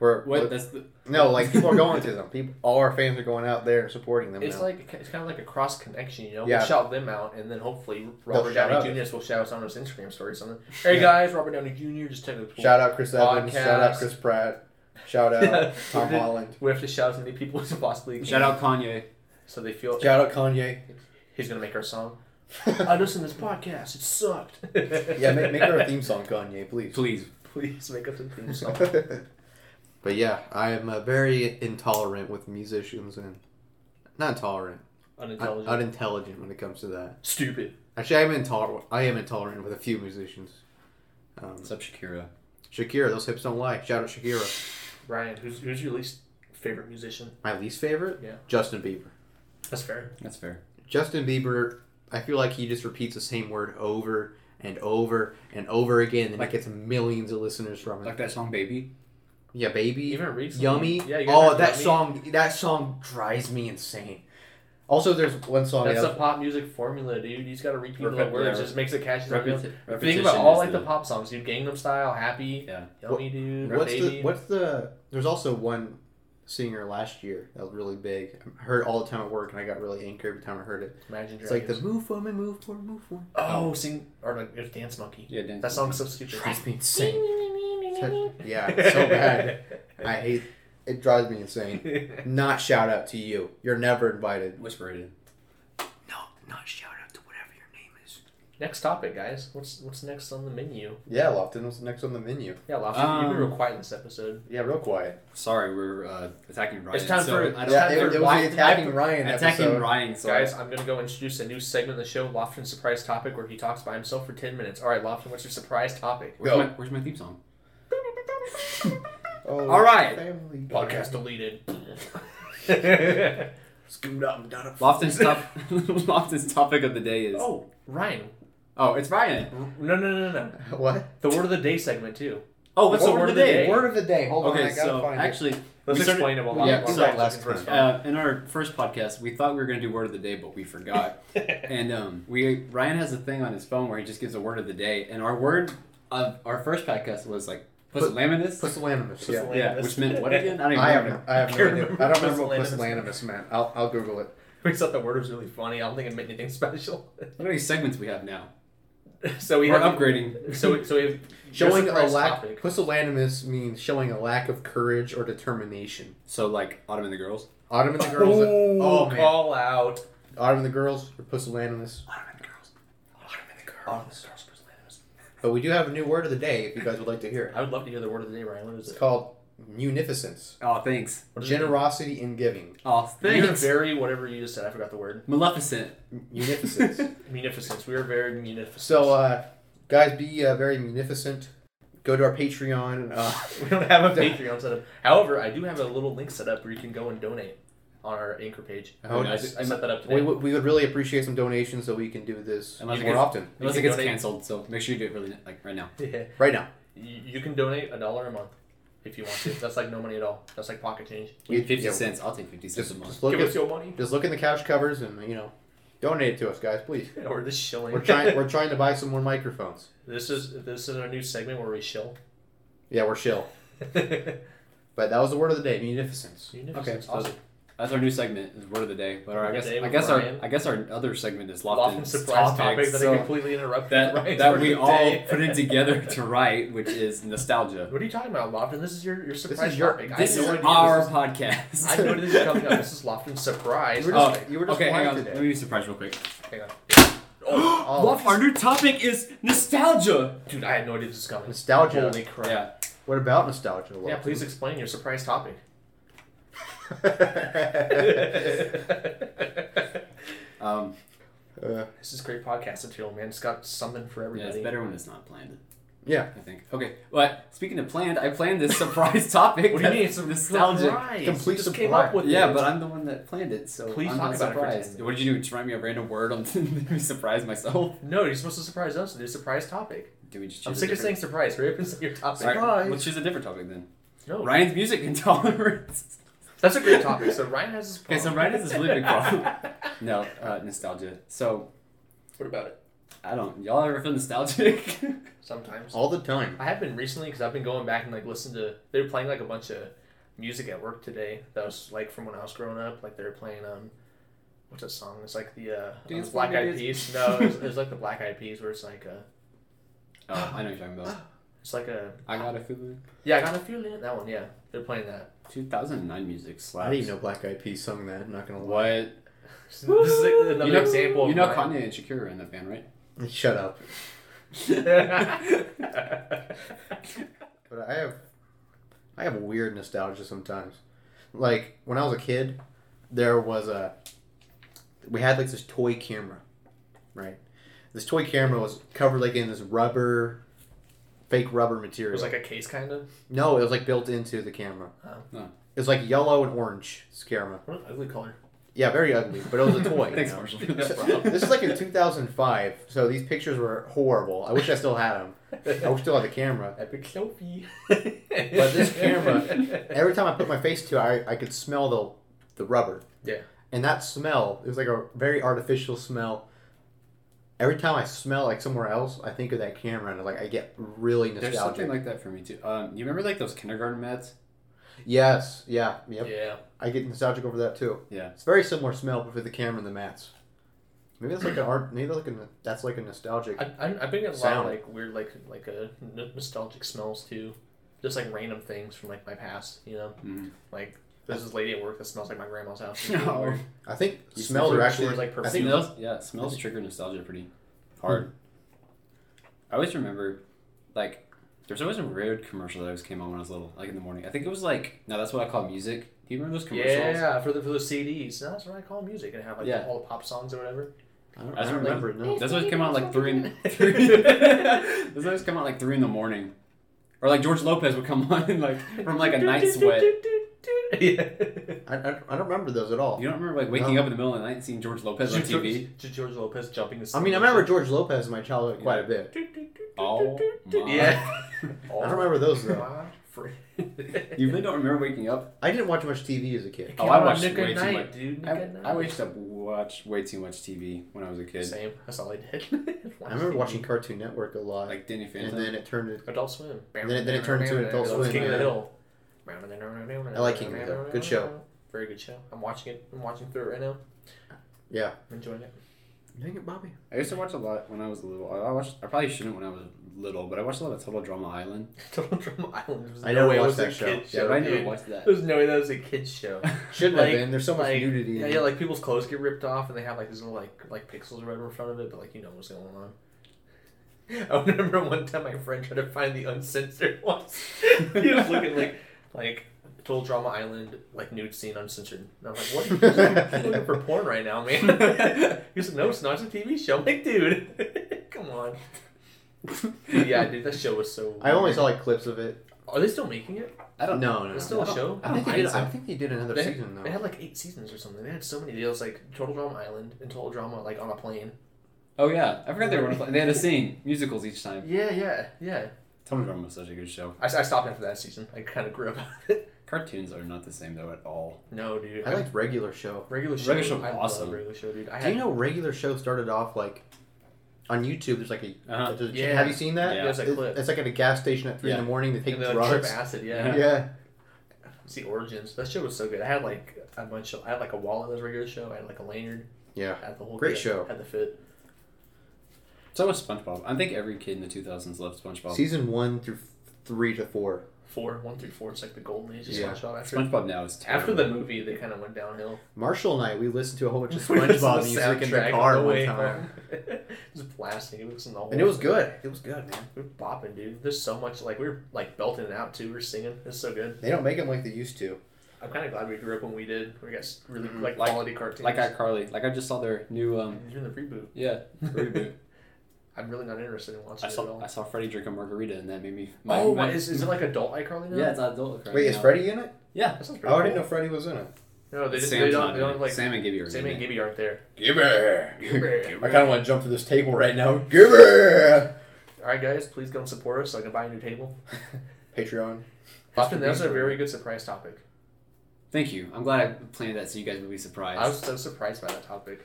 B: We're
C: What? That's the.
B: No, like people are going to them. People, all our fans are going out there and supporting them.
A: It's
B: now.
A: like it's kind of like a cross connection, you know.
B: Yeah.
A: We'll shout them out, and then hopefully Robert
B: shout
A: Downey
B: out.
A: Jr. will shout us on his Instagram story or something. Hey
B: Yeah.
A: guys, Robert Downey Jr. just took a
B: shout out Chris Evans,
A: Podcast.
B: shout out Chris Pratt, shout out
A: Yeah.
B: Tom Holland,
A: We have to shout as many people as we possibly can.
C: Shout out Kanye.
A: So they feel
B: shout out Kanye.
A: he's gonna make our song. I listened to this podcast. It sucked.
B: yeah, make, make her a theme song, Kanye, please.
C: Please.
A: Please make us a theme song.
B: but yeah, I am uh, very intolerant with musicians and not intolerant,
A: Unintelligent.
B: unintelligent. unintelligent when it comes to that.
A: Stupid.
B: Actually, I am intolerant. I am intolerant with a few musicians. Um,
C: What's up, Shakira?
B: Shakira, those hips don't lie. Shout out Shakira.
A: Ryan, who's who's your least favorite musician?
B: My least favorite,
A: Yeah.
B: Justin Bieber.
A: That's fair.
C: That's fair.
B: Justin Bieber, I feel like he just repeats the same word over and over and over again, and
C: Like-
B: it gets millions of listeners from it.
C: Like that song, Baby.
B: yeah, baby,
A: Even recently.
B: yummy.
A: Yeah. you guys
B: oh,
A: heard
B: that
A: Yummy?
B: song, that song drives me insane. Also, there's one song.
A: That's
B: that-
A: the pop music formula, dude. You just gotta repeat the
C: Repe-
A: words.
C: yeah,
A: just makes it catchy.
C: Repeti-
A: Think
C: repetition
A: about all
C: is
A: like the, pop songs, dude. Gangnam Style, Happy,
C: Yeah.
A: Yummy, dude.
B: what's
A: baby.
B: the what's the? There's also one singer last year that was really big. I heard it all the time at work, and I got really angry every time I heard it.
A: Imagine
B: It's like the
A: Dragons.
B: move for me, move for, move for. me."
A: oh, sing or like there's Dance Monkey.
C: Yeah, dance.
A: That song's so stupid.
B: Drives me insane. yeah, it's so bad. I hate. It drives me insane. not shout out to you. You're never invited.
C: Whisper it in.
B: No, not shout out to whatever your name is.
A: Next topic, guys. What's what's next on the menu?
B: Yeah, Lofton was next on the menu.
A: Yeah, Lofty, you've been
C: Um,
A: real quiet in this episode.
B: Yeah, real quiet.
C: Sorry, we're uh, attacking Ryan.
A: It's time
C: so
A: for-
C: I don't
B: Yeah,
A: have
B: it,
A: their
B: it was
A: Lofton-
B: the attacking Ryan
C: attacking
B: episode.
C: Ryan. So
A: Guys, I'm gonna go introduce a new segment of the show, Lofton Surprise Topic, where he talks by himself for ten minutes. All right, Lofton, what's your surprise topic?
C: where's
B: Go.
C: my, where's my theme song?
B: Oh,
C: All right.
B: Family Guy.
A: Podcast deleted.
B: Scoot up, I'm done.
C: Lofton's top Lofton's topic of the day is
A: oh, Ryan.
C: oh, it's Ryan.
A: No, no, no, no, no.
B: What?
A: The word of the day segment too.
C: Oh, what's the
A: Word
C: word
A: of
C: of
A: the
C: the
A: Hey. day.
C: day?
B: Word of the day. Hold on, I
C: Okay,
B: gotta
C: so
B: find
C: actually,
A: Let's
C: we started-
A: explain it while
B: yeah,
A: while
B: you're
A: Ryan's
B: right, last
A: looking for his
C: uh, in our first podcast, we thought we were going to do word of the day, but we forgot.
B: Uh,
C: and um, we Ryan has a thing on his phone where he just gives a word of the day, and our word of our first podcast was like pusillanimous.
B: Pusillanimous. Yeah.
A: Pusillanimous.
C: yeah, which meant what again? I don't even
B: I have,
C: remember.
B: I have
A: I
B: no
A: can't
B: idea.
A: remember
B: I don't remember what
A: pusillanimous.
B: pusillanimous meant. I'll, I'll Google it.
A: We thought the word was really funny. I don't think it meant anything special.
C: How many segments we have now?
A: so we
C: We're
A: have
C: upgrading.
A: So we, so we have
B: Showing a
A: surprise
B: lack.
A: topic.
B: Pusillanimous means showing a lack of courage or determination.
C: So like Autumn and the girls.
B: Autumn and the girls. oh man.
A: call out.
B: Autumn and the girls or pusillanimous.
C: Autumn and the girls. Autumn and the girls.
B: But we do have a new word of the day if you guys would like to hear it.
A: I would love to hear the word of the day, Ryan. What is
B: It's
A: it?
B: called munificence,
C: Oh, thanks.
A: What is it?
B: generosity in giving.
C: Oh,
A: We are
C: thanks.
A: very whatever you just said. I forgot the word.
C: Maleficent.
B: Munificence.
A: Munificence. We are very munificent.
B: so, uh, guys, be uh, very munificent. Go to our Patreon. Uh,
A: we don't have a Patreon set up. However, I do have a little link set up where you can go and donate on our Anchor page.
B: Oh,
A: I,
B: nice.
A: I set that up
B: we,
A: today.
B: would- we would really appreciate some donations so we can do this
C: Unless it
B: more
C: gets-
B: often.
C: Unless
A: can
C: it gets
A: donate.
C: canceled, so make sure you do it really like right now.
A: yeah.
B: Right now,
A: you, you can donate a dollar a month if you want to. That's like no money at all. That's like pocket change.
B: You-
C: Fifty
B: yeah,
C: cents. I'll take fifty cents
B: Just,
C: a month.
B: just look
A: Give
B: at
A: us your money
B: just look in the couch covers and you know, donate it to us, guys, please.
A: or this shilling.
B: We're trying we're trying to buy some more microphones.
A: this is this is our new segment where we shill.
B: Yeah, we're chill. But that was the word of the day, munificence.
A: Munificence.
C: Okay.
A: Awesome.
C: That's our new segment, is word of the day. But our, I
A: Word of
C: guess
A: the day
C: I
A: with
C: guess our
A: Ryan.
C: I guess our other segment is
A: Often
C: Lofton's
A: surprise topic
C: topics,
A: that I
C: so
A: completely interrupted.
C: that,
A: Ryan's
C: that
A: word
C: we
A: of the
C: all
A: day.
C: put it together to write, which is nostalgia.
A: What are you talking about, Lofton? This is your, your surprise
B: is your-
A: topic.
C: This
A: I
C: is
A: had no idea
C: our
A: This is,
C: podcast.
A: I know this is coming up. This is Lofton's surprise.
B: You were
C: Oh,
B: just, you were just
C: okay, hang
B: quiet
C: on. Let
B: today.
C: me be surprised real quick.
A: Hang on.
B: Oh,
C: Our new topic is nostalgia.
A: Dude, I had no idea this was coming.
B: Nostalgia.
A: Holy crap.
C: Yeah.
B: What about nostalgia? Lofton?
A: Yeah, please explain your surprise topic.
B: uh,
C: Um,
B: Uh,
A: This is great podcast material, man. It's got something for
C: yeah,
A: everybody.
C: it's better when it's not planned.
B: yeah.
C: I think. Okay. But speaking of planned, I planned this surprise topic.
A: What do you mean? It's
C: that's
A: a
C: nostalgic.
A: surprise.
B: Complete
A: You just came up
B: surprise.
A: with
C: Yeah,
A: it.
C: but I'm the one that planned it, so
A: Please
C: I'm
A: talk about
C: not
A: it for ten
C: surprised.
A: minutes.
C: what did you do? Try me a random word on to surprise myself?
A: no, you're supposed to surprise us with your surprise topic.
C: Do we just? Choose
A: I'm
C: a
A: sick of saying
C: different-
A: surprise. Hurry up and say your topic.
C: All
B: surprise.
C: right, let's choose a different topic then.
A: No,
C: Oh. Ryan's music intolerance.
A: that's a great topic. So Ryan has this.
C: Okay,
A: Problem.
C: so Ryan has this really big problem. no, uh, nostalgia. So
A: what about it?
C: I don't. Y'all ever feel nostalgic?
A: Sometimes
B: All the time.
A: I have been recently because I've been going back and like listen to. They were playing like a bunch of music at work today. That was like from when I was growing up. Like they were playing um, what's that song? It's like the uh,
C: Dance
A: um, Black
C: Party
A: Eyed
C: Dance.
A: Peas. No, it was, it was like the Black Eyed Peas where it's like uh,
C: oh, I know what you're talking about.
A: it's like a
C: I got a feeling.
A: yeah. I got a feeling that one. Yeah, they're playing that.
C: 2009 music
B: I
C: slaps.
B: didn't even know Black Eyed Peas sung that. I'm not gonna lie.
C: What?
A: This is like another
C: you know,
A: example. Of
C: You know
A: my-
C: Kanye and Shakira are in that band, right?
B: Shut up.
A: yeah,
B: But I have, I have weird nostalgia sometimes. Like when I was a kid, there was a, we had like this toy camera, right? This toy camera was covered like in this rubber, fake rubber material.
A: it was like a case kind of.
B: no, it was like built into the camera.
A: Oh.
C: Oh.
B: It was like yellow and orange. This camera.
A: What an ugly color.
B: Yeah, very ugly, but it was a toy. you
C: Thanks,
B: know?
C: Marshall.
A: No
B: So-
A: problem.
B: this is like in 2005, so these pictures were horrible. I wish I still had them. I wish I still had the camera.
A: Epic selfie. but
B: this camera- Every time I put my face to it, I, I could smell the the rubber.
A: Yeah.
B: And that smell, it was like a very artificial smell. Every time I smell like somewhere else, I think of that camera and like I get really
C: There's something
B: nostalgic.
C: like that for me too. Um, you remember like those kindergarten mats?
B: yes, yeah, yep.
A: Yeah.
B: I get nostalgic over that too.
C: Yeah.
B: It's a very similar smell, but for the camera and the mats. Maybe that's like an art. Maybe that's like a that's like a nostalgic.
A: I, I, I've been getting a lot of
B: Sound.
A: like weird, like like uh, n- nostalgic smells too. Just like random things from like my past, you know.
C: Mhm.
A: Like there's this lady at work that smells like my grandma's house.
C: No.
B: I think
C: You
B: smells
C: smell
B: are
A: She
B: actually
A: wears like
B: I
A: perfume.
B: think
C: Smells, yeah, smells trigger nostalgia pretty hard.
B: Hmm.
C: I always remember, like, there's always a Railroad commercial that always came on when I was little, like in the morning. I think it was like, no, that's what I call music. Do you remember those commercials?
A: Yeah, for the for the CDs. No, that's what I call music, and have like
C: Yeah.
A: all the pop songs or whatever.
B: I don't,
C: I just
B: I don't
C: remember-
B: remember. No.
C: That's always come out like three. In, three that's always come out like three in the morning, or like George Lopez would come on and like from like a night sweat.
A: yeah.
B: I, I, don't- I don't remember those at all.
C: You don't remember like waking
B: No.
C: up in the middle of the night and seeing George Lopez on TV?
A: George, George Lopez jumping. the
B: I mean, I remember George Lopez in my childhood quite a bit.
C: Oh my.
A: Yeah.
B: I don't remember those though.
A: My friend.
C: You really don't remember waking up?
B: I didn't watch much TV as a kid.
C: Oh,
A: Came
C: I
A: on
C: watched
A: Nick
C: way
A: at
C: too
A: Night,
C: much.
A: dude.
C: I, I waked up watch way too much TV when I was a kid.
A: Same. That's all I did.
B: I remember watching Cartoon Network a lot,
C: Like Danny
B: and
C: Phantom.
B: then it turned. It,
A: Adult Swim.
B: And then it- then it turned to Adult Swim,
A: King of the
B: yeah.
A: Hill.
B: I like King of the Hill. Good show.
A: Very good show. I'm watching it. I'm watching through it right now.
B: yeah.
A: I'm enjoying it.
B: Dang it, Bobby.
C: I used to watch a lot when I was little. I I watched. I probably shouldn't when I was little, but I watched a lot of Total Drama Island.
A: Total Drama Island. There's
B: I
A: no
B: never
A: way it
B: watched
A: was a
B: that show.
A: kid's
B: Yeah,
C: Yeah,
A: show.
C: but I never
A: dude.
C: watched that.
A: There's no way that was a kid's show.
B: Shouldn't
A: Like-
B: have been. There's so much
A: like,
B: nudity.
A: Yeah,
B: in
A: yeah,
B: it.
A: like people's clothes get ripped off and they have like these little like like pixels or whatever in front of it, but like you know what's going on. I remember one time my friend tried to find the uncensored ones. he was looking like like Total Drama Island like nude scene uncensored. And I'm like, what? You're looking for porn right now, man. he was like, no, it's not it's a TV show. I'm like, dude, come on. Dude, yeah, dude, that show was so.
B: I only
A: weird.
B: saw like clips of it.
A: Are they still making it?
C: I don't know.
B: No, no.
A: It's still
B: no.
A: a show.
B: I think,
C: I
B: they did,
C: don't think
B: I think they did another
A: They-
B: season though.
A: They had like eight seasons or something. They had so many deals, like Total Drama Island and Total Drama like on a plane.
C: Oh yeah, I forgot they were. on a plane. They had to sing musicals each time.
A: Yeah, yeah, yeah.
C: Total Drama was such a good show.
A: I, I stopped after that season. I kind of grew up. with it.
C: Cartoons are not the same though at all.
A: no, dude.
B: I liked regular show.
A: regular show.
C: Regular Show was
A: I
C: awesome.
A: love regular show, dude. I
B: Do
A: had,
B: you know regular show started off like on YouTube? There's like a.
C: Uh-huh.
B: there's a-
A: Yeah.
B: Have you seen that?
C: Yeah.
A: There's a
B: It-
A: clip.
B: It's like at a gas station at three in
C: Yeah.
B: the morning. They take
A: And they like
B: drugs.
A: trip acid, yeah.
B: Yeah.
A: It's the origins. That show was so good. I had like a bunch of. I had like a wallet that was regular show. I had like a lanyard.
B: Yeah.
A: I had the whole
B: Great
A: kit.
B: show.
A: Had the fit.
C: So was SpongeBob. I think every kid in the 2000s loved SpongeBob.
B: Season one through three to four.
A: Four, one through four. It's like the golden age of
B: Yeah.
A: SpongeBob. After
C: SpongeBob now is terrible.
A: after the movie, they kind of went downhill.
B: Marshall and I, we listened to a whole bunch of
A: We listened to
B: SpongeBob music in
A: soundtrack
B: the
A: on
B: car one
A: way
B: time,
A: home. Just blasting. It was in the whole
B: and it was good. It was good, man.
A: We're bopping, dude. There's so much like we we're like belting it out too. We We're singing. It's so good.
B: They don't make them like they used to.
A: I'm kind of glad we grew up when we did. We got s- really
B: Mhm.
A: like
C: Mm-hmm. Like-
A: quality cartoons.
C: like iCarly. Like I just saw their new um
A: You're in the reboot.
C: yeah reboot.
A: I'm really not interested in watching
C: I
A: it at
C: saw
A: all.
C: I saw Freddy drink a margarita and that made me.
A: oh, what is is it like adult iCarly now?
C: yeah, it's adult.
B: Wait, is
C: now.
B: Freddy in it?
C: Yeah.
A: That sounds pretty
B: Oh, I didn't
A: cool.
B: know Freddy was in it.
A: No, they just
C: Sam's
A: they
C: not
A: don't
C: in
A: they don't
C: it.
A: like Sam,
C: Sam and Gibby are. in
A: and
C: it.
A: Gibby aren't there.
B: Gibber.
A: Gibber.
B: I kind of want to jump to this table right now. Gibber.
A: All right, guys, please go and support us so I can buy a new table.
B: Patreon.
A: Austin, that was a very good surprise topic.
C: Thank you. I'm glad I planned that so you guys would be
A: I was
C: surprised.
A: so surprised by that topic.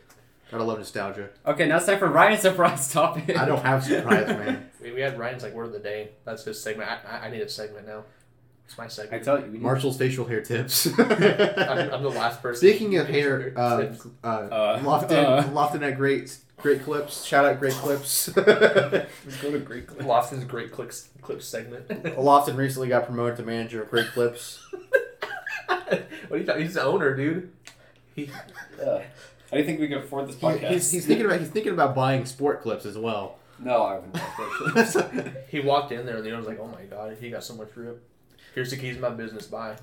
B: Gotta love nostalgia.
C: Okay, now it's time for Ryan's surprise topic.
B: I don't have surprise, man.
A: We, we had Ryan's like word of the day. That's his segment. I, I, I need a segment now. It's my
C: I
A: segment.
C: tell you, we need,
B: Marshall's facial hair tips.
A: I'm, I'm the last person.
B: Speaking of hair, uh,
A: Tips.
B: uh,
C: Uh,
B: Lofton,
C: uh.
B: Lofton at great, great clips. Shout out great clips.
C: go to Greek.
A: Lofton's great clicks clip segment. what
B: Lofton recently got promoted to manager of Great Clips.
A: do you thought? He's the owner, dude. He,
C: Uh, I didn't think we could afford this
B: He-
C: podcast.
B: he's, he's thinking about he's thinking about buying sport clips as well.
C: no, I wouldn't.
A: he walked in there and the owner's like, "Oh my god, he got so much rip." Here's the keys to my business. Bye.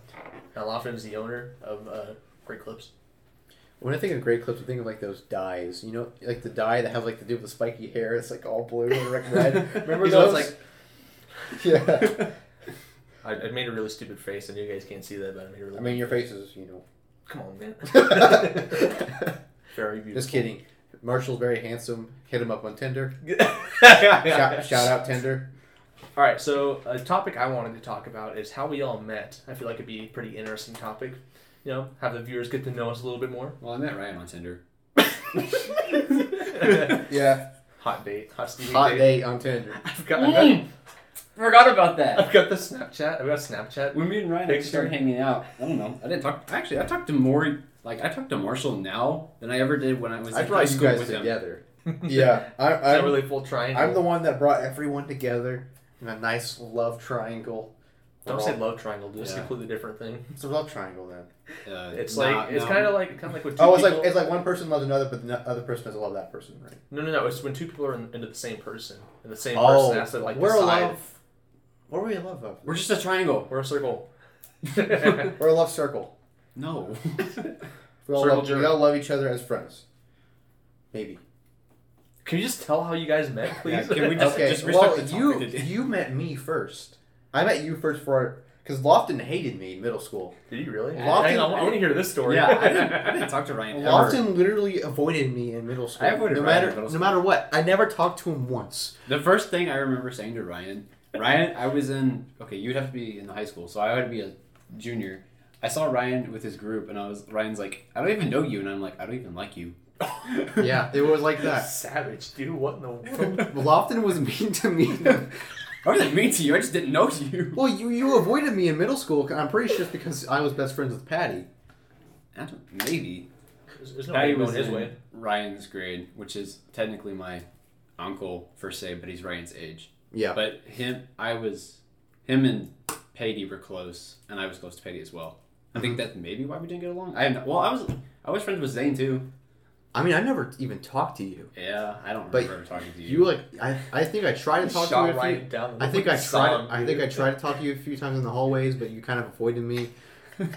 A: And Lofton's the owner of uh, Great Clips.
B: when I think of Great Clips, I think of like those dyes. You know, like the dye that has like to do with the spiky hair. It's like all blue and like, red. Remember
C: He's
B: those?
C: always like,
B: yeah.
A: I, I made a really stupid face, and you guys can't see that, but I made a really.
B: I mean, your face is you know.
A: come on, man. Very beautiful.
B: Just kidding. Marshall's very handsome. Hit him up on Tinder.
A: shout,
B: Shout, shout out Tinder.
A: All right, so a topic I wanted to talk about is how we all met. I feel like it'd be a pretty interesting topic. You know, have the viewers get to know us a little bit more.
C: well, I met Ryan on Tinder.
B: Yeah.
A: hot date, hot Stevie
B: Hot
A: date.
B: date on Tinder.
A: I've got, I've, got,
C: Mm. Forgot about that.
A: I've got the Snapchat. I've got Snapchat.
C: When me and Ryan
A: Big
C: actually started hanging out, I don't know. I didn't talk. Actually, I talked to more. Like I talked to Marshall now than I ever did when I was
B: I
C: in high
B: brought you
C: school
B: guys
C: with him.
B: together. Yeah. I,
A: Is that
B: I'm,
A: really full triangle?
B: I'm the one that brought everyone together in a nice love triangle.
A: Don't
B: We're
A: say
B: all-
A: love triangle. Do this
C: Yeah.
A: completely different thing.
B: It's a love triangle then.
C: Uh,
A: It's
C: not-
A: like it's
C: no.
A: kind of like kind of like with two
B: Oh, it's
A: people.
B: like it's like one person loves another, but the other person doesn't love that person, right?
A: no, no, no. It's when two people are in, into the same person, and the same
B: Oh,
A: person has to like
B: we're
A: decide.
B: a love. What are we in love of?
C: We're just a triangle.
A: We're a circle.
B: We're a love circle.
C: No.
B: We all,
A: Circle
B: love, we
A: jerk.
B: all love each other as friends. Maybe.
A: Can you just tell how you guys met, please?
C: Yeah, can we just-
B: okay.
C: restart
B: well,
C: the topic
B: you
C: again.
B: you met me first. I met you first for because Lofton hated me in middle school.
A: Did you really?
B: Lofton-
A: Hang on, I want to hear this story.
C: yeah, I didn't, I didn't talk to Ryan ever.
B: Lofton literally avoided me in middle school.
C: I avoided
B: no
C: Ryan in
B: matter
C: middle
B: no
C: school.
B: matter what. I never talked to him once.
C: The first thing I remember saying to Ryan, Ryan, I was in okay, you'd have to be in high school, so I would be a junior. I saw Ryan with his group, and I was Ryan's like, I don't even know you, and I'm like, I don't even like you.
B: Yeah, it was like that.
A: Savage, dude. What in the world?
B: Lofton was mean to me.
C: I wasn't mean to you. I just didn't know you.
B: Well, you you avoided me in middle school. I'm pretty sure it's because I was best friends with Patty.
C: I don't, maybe
A: There's, there's no way
C: I
A: you're
C: was
A: going his
C: in
A: way.
C: Ryan's grade, which is technically my uncle per se, but he's Ryan's age.
B: Yeah.
C: But him, I was him and Peggy were close, and I was close to Peggy as well. I think that's maybe why we didn't get along. I have no, well, I was I was friends with Zane too.
B: I mean, I never even talked to you.
C: Yeah, I don't
B: But
C: remember talking to you.
B: You like I, I think I tried to talk to you.
A: Shot
B: A few,
A: Ryan down the
B: I think I
A: with a song,
B: tried. I think I
A: dude.
B: tried to talk to you a few times in the hallways, but you kind of avoided me.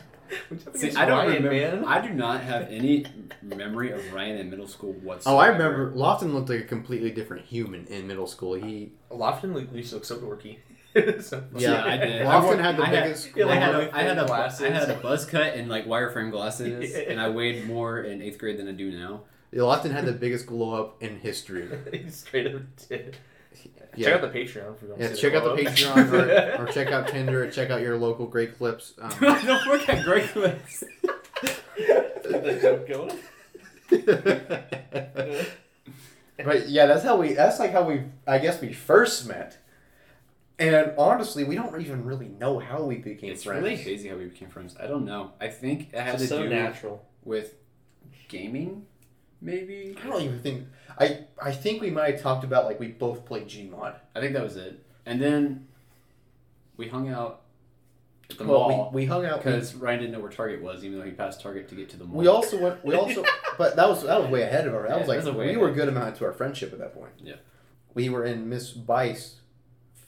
C: See, I don't
A: Ryan,
C: remember.
A: man.
C: I do not have any memory of Ryan in middle school
B: Oh,
C: whatsoever.
B: I remember. Lofton looked like a completely different human in middle school. He
A: Lofton used to look so dorky. so funny.
C: Yeah, I did.
B: Lofton
C: wore-
B: had the
C: I had-
B: biggest.
A: Yeah,
C: I
A: like,
C: had,
A: Long
C: a, I, had a,
A: glasses.
C: I had a buzz cut and like wireframe glasses, and I weighed more in eighth grade than I do now.
B: Lofton had the biggest glow up in history.
A: He straight up did.
B: Yeah.
A: Check out the Patreon if you don't
B: Yeah,
A: see the
B: check out the
A: photo.
B: Patreon or, or check out Tinder. Or check out your local great clips. Um,
C: Don't work at great clips.
A: The joke going.
B: but yeah, that's how we. That's like how we. I guess we first met. And honestly, we don't even really know how we became
C: It's
B: friends.
C: really hazy how we became friends. I don't know. I think it had
A: It's
C: to
A: so
C: do
A: natural.
C: with gaming, maybe.
B: I don't even think. I I think we might have talked about like we both played Gmod.
C: I think that was it. And then we hung out at the
B: well,
C: mall
B: we, we hung out. We,
C: because Ryan didn't know where Target was, even though he passed Target to get to the mall.
B: we also went. We also. but that was that was way ahead of our. That
C: Yeah,
B: was
C: that
B: like
C: was a way
B: we were a
C: ahead.
B: good amount into our friendship at that point.
C: Yeah.
B: We were in Miss Bice,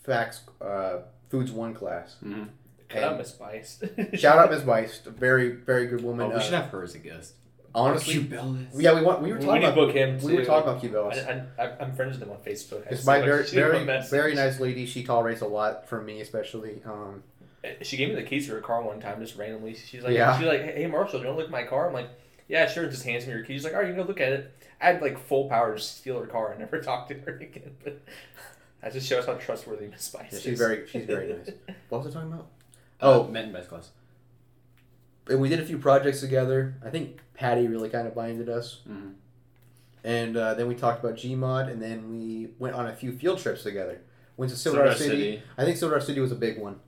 B: facts, uh, foods one class.
C: Mhm.
A: Cut out Miss Spice.
B: Shout out Miss Bice, a very very good woman.
C: Oh,
B: Uh,
C: we should have her as a guest.
B: honestly,
C: Bellis.
B: Yeah, we want. We were
A: We
B: talking
A: need to
B: about.
A: book him.
B: We were
A: too.
B: talking about Q Bellis.
A: I, I, I'm friends with him on Facebook. I
B: It's
A: see
B: my
A: what
B: very,
A: she did
B: very,
A: on message.
B: very nice lady. She tolerates a lot from me, especially. Um,
A: She gave me the keys to her car one time, just randomly. She's like,
B: Yeah.
A: she's like, hey Marshall, don't look at my car. I'm like, yeah, sure. Just hands me her keys. She's like, all right, you can go look at it. I had like full power to steal her car and never talk to her again. But that just shows how trustworthy Miss Spice
B: yeah,
A: is.
B: she's very, she's very nice. What was I talking about?
C: Oh,
B: Oh.
C: met in best class.
B: And we did a few projects together. I think Patty really kind of binded us.
C: Mhm.
B: And uh, then we talked about Gmod, and then we went on a few field trips together. Went to Silver Dollar City. I think Silver Dollar City was a big one.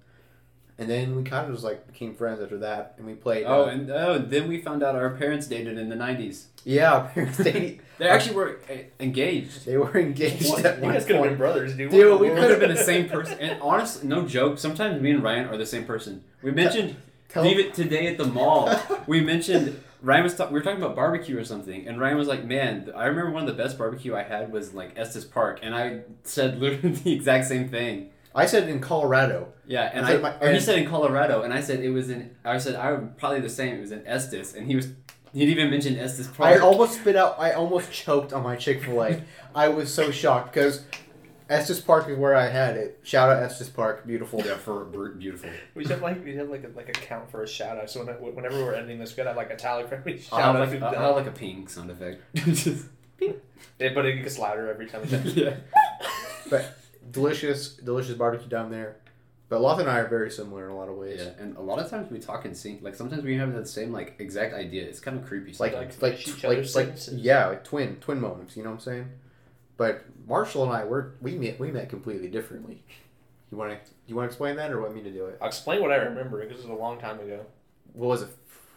B: And then we kind of just like became friends after that, and we played.
C: Oh,
B: uh,
C: and oh, then we found out our parents dated in the '90s.
B: yeah, our parents, they,
C: They actually were uh, engaged.
B: they were engaged
A: What?
B: at
A: You
B: one
A: guys could have been
B: point.
A: brothers, dude.
B: Dude,
A: What
B: we
A: the world?
C: We could have been the same person. And honestly, no joke. Sometimes me and Ryan are the same person. We mentioned
B: Tell-
C: leave it today at the mall. we mentioned Ryan was talk- we were talking about barbecue or something, and Ryan was like, "Man, I remember one of the best barbecue I had was like Estes Park," and I said literally the exact same thing.
B: I said in Colorado.
C: Yeah, and
B: I
C: I,
B: said my-
C: or he
B: and-
C: said in Colorado, and I said it was in. I said I would probably the same. It was in Estes, and he was. He didn't even mention Estes Park.
B: I almost spit out. I almost choked on my Chick Fil A. I was so shocked because Estes Park is where I had it. Shout out Estes Park, beautiful.
C: Yeah, for br- beautiful.
A: We should have like we should have like a, like a count for a shout out. So when, whenever we're ending this, we gotta have like a tally for every shout
C: I'll have,
A: out.
C: like,
A: we've
C: I'll
A: done.
C: have like a ping sound effect. Just-
A: Yeah, but it gets louder every time. we do it.
C: yeah.
B: But delicious, delicious barbecue down there. But Loth and I are very similar in a lot of ways.
C: Yeah, and a lot of times we talk in sync. Like sometimes we have the same like exact idea. It's kind of creepy.
B: Like,
C: sometimes.
B: like,
A: Like,
B: like,
A: each
B: tw-
A: other's
B: like, like,
A: senses.
B: yeah, like twin, twin moments. You know what I'm saying? But Marshall and I were we met we met completely differently. You want to you want to explain that or want me to do it?
A: I'll explain what I remember because it was a long time ago.
B: What was it?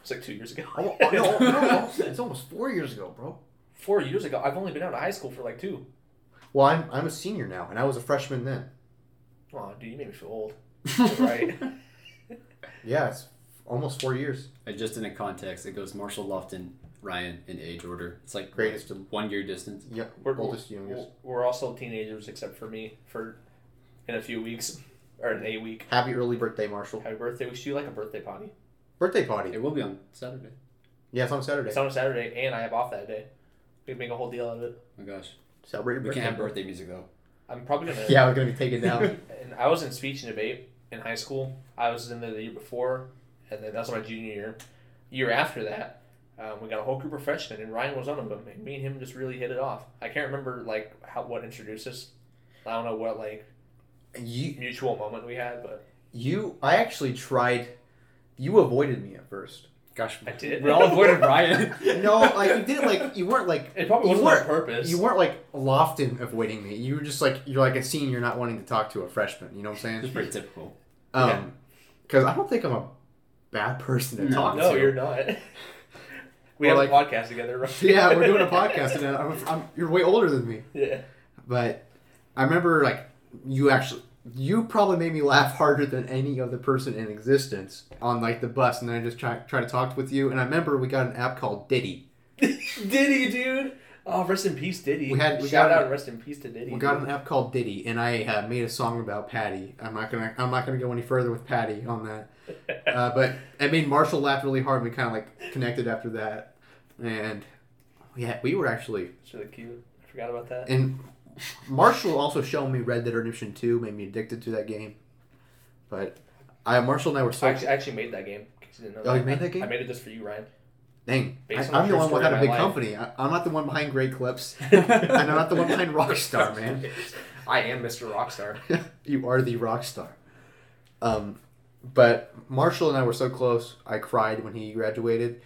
A: It's like two years ago.
B: Oh, oh, no, no, it's almost four years ago, bro.
A: Four years ago. I've only been out of high school for like two.
B: Well, I'm, I'm a senior now, and I was a freshman then.
A: Oh, dude, you made me feel old.
C: right.
A: Right.
B: Yeah, it's almost four years.
C: And just in a context, it goes Marshall Lofton, Ryan in age order. It's like
B: Greatest and
C: one year distance.
B: yeah,
A: We're-
B: oldest, youngest.
A: We're also teenagers, except for me, for in a few weeks or in a week.
B: Happy early birthday, Marshall.
A: Happy birthday! We should do like a birthday party.
B: Birthday party.
C: It will be on Saturday.
B: Yeah, it's on Saturday.
A: It's on a Saturday, and I have off that day. We can make a whole deal out of it.
C: Oh my gosh,
B: Celebrate your
C: we
B: birthday.
C: can't have birthday music though.
A: I'm probably gonna.
B: Yeah, we're gonna be taken down.
A: And I was in speech and debate in high school. I was in there the year before, and then that's my junior year. Year after that, um, we got a whole group of freshmen, and Ryan was one of them. And me and him just really hit it off. I can't remember like how what introduced us. I don't know what like
B: you,
A: mutual moment we had, but
B: you. I actually tried. You avoided me at first.
C: Gosh,
A: I did.
C: We all avoided Ryan.
B: No, like you didn't like. You weren't like.
A: It probably
B: You
A: wasn't on
B: weren't-
A: purpose.
B: You weren't like Lofton avoiding me. You were just like you're like a senior not wanting to talk to a freshman. You know what I'm
C: It's
B: saying?
C: pretty typical.
A: Yeah.
B: Um, because I don't think I'm a bad person to
C: No.
B: talk
A: Mm, no,
B: to.
A: you're not. we
B: Well,
A: have a podcast together, right?
B: yeah, we're doing a podcast and uh, I'm, I'm, you're way older than me.
A: yeah.
B: But I remember like you actually you probably made me laugh harder than any other person in existence on like the bus and then I just try try to talk with you and I remember we got an app called Diddy.
A: Diddy, dude. Oh, rest in peace, Diddy.
B: We had- we
A: Shout
B: got-
A: out, rest in peace to Diddy.
B: We got an app called Diddy and I uh, made a song about Patty. I'm not gonna I'm not gonna go any further with Patty on that. Uh, but I made Marshall laugh really hard. and We kind of like connected after that and yeah we were actually
A: it's really cute. I forgot about that.
B: and Marshall also showed me Red Dead Redemption Two, made me addicted to that game. But I Marshall and I were so
A: I actually, I actually made that game. in case you didn't know
B: Oh,
A: that.
B: you made that game?
A: I made it just for you, Ryan.
B: dang. I,
A: Based on the
B: I'm the
A: true
B: one
A: story
B: without a
A: of
B: big
A: my life.
B: company. I, I'm not the one behind Great Clips,
C: I
B: and I'm not the one behind Rockstar, man.
A: I am Mr. Rockstar.
B: you are the rock star. Um, but Marshall and I were so close. I cried when he graduated,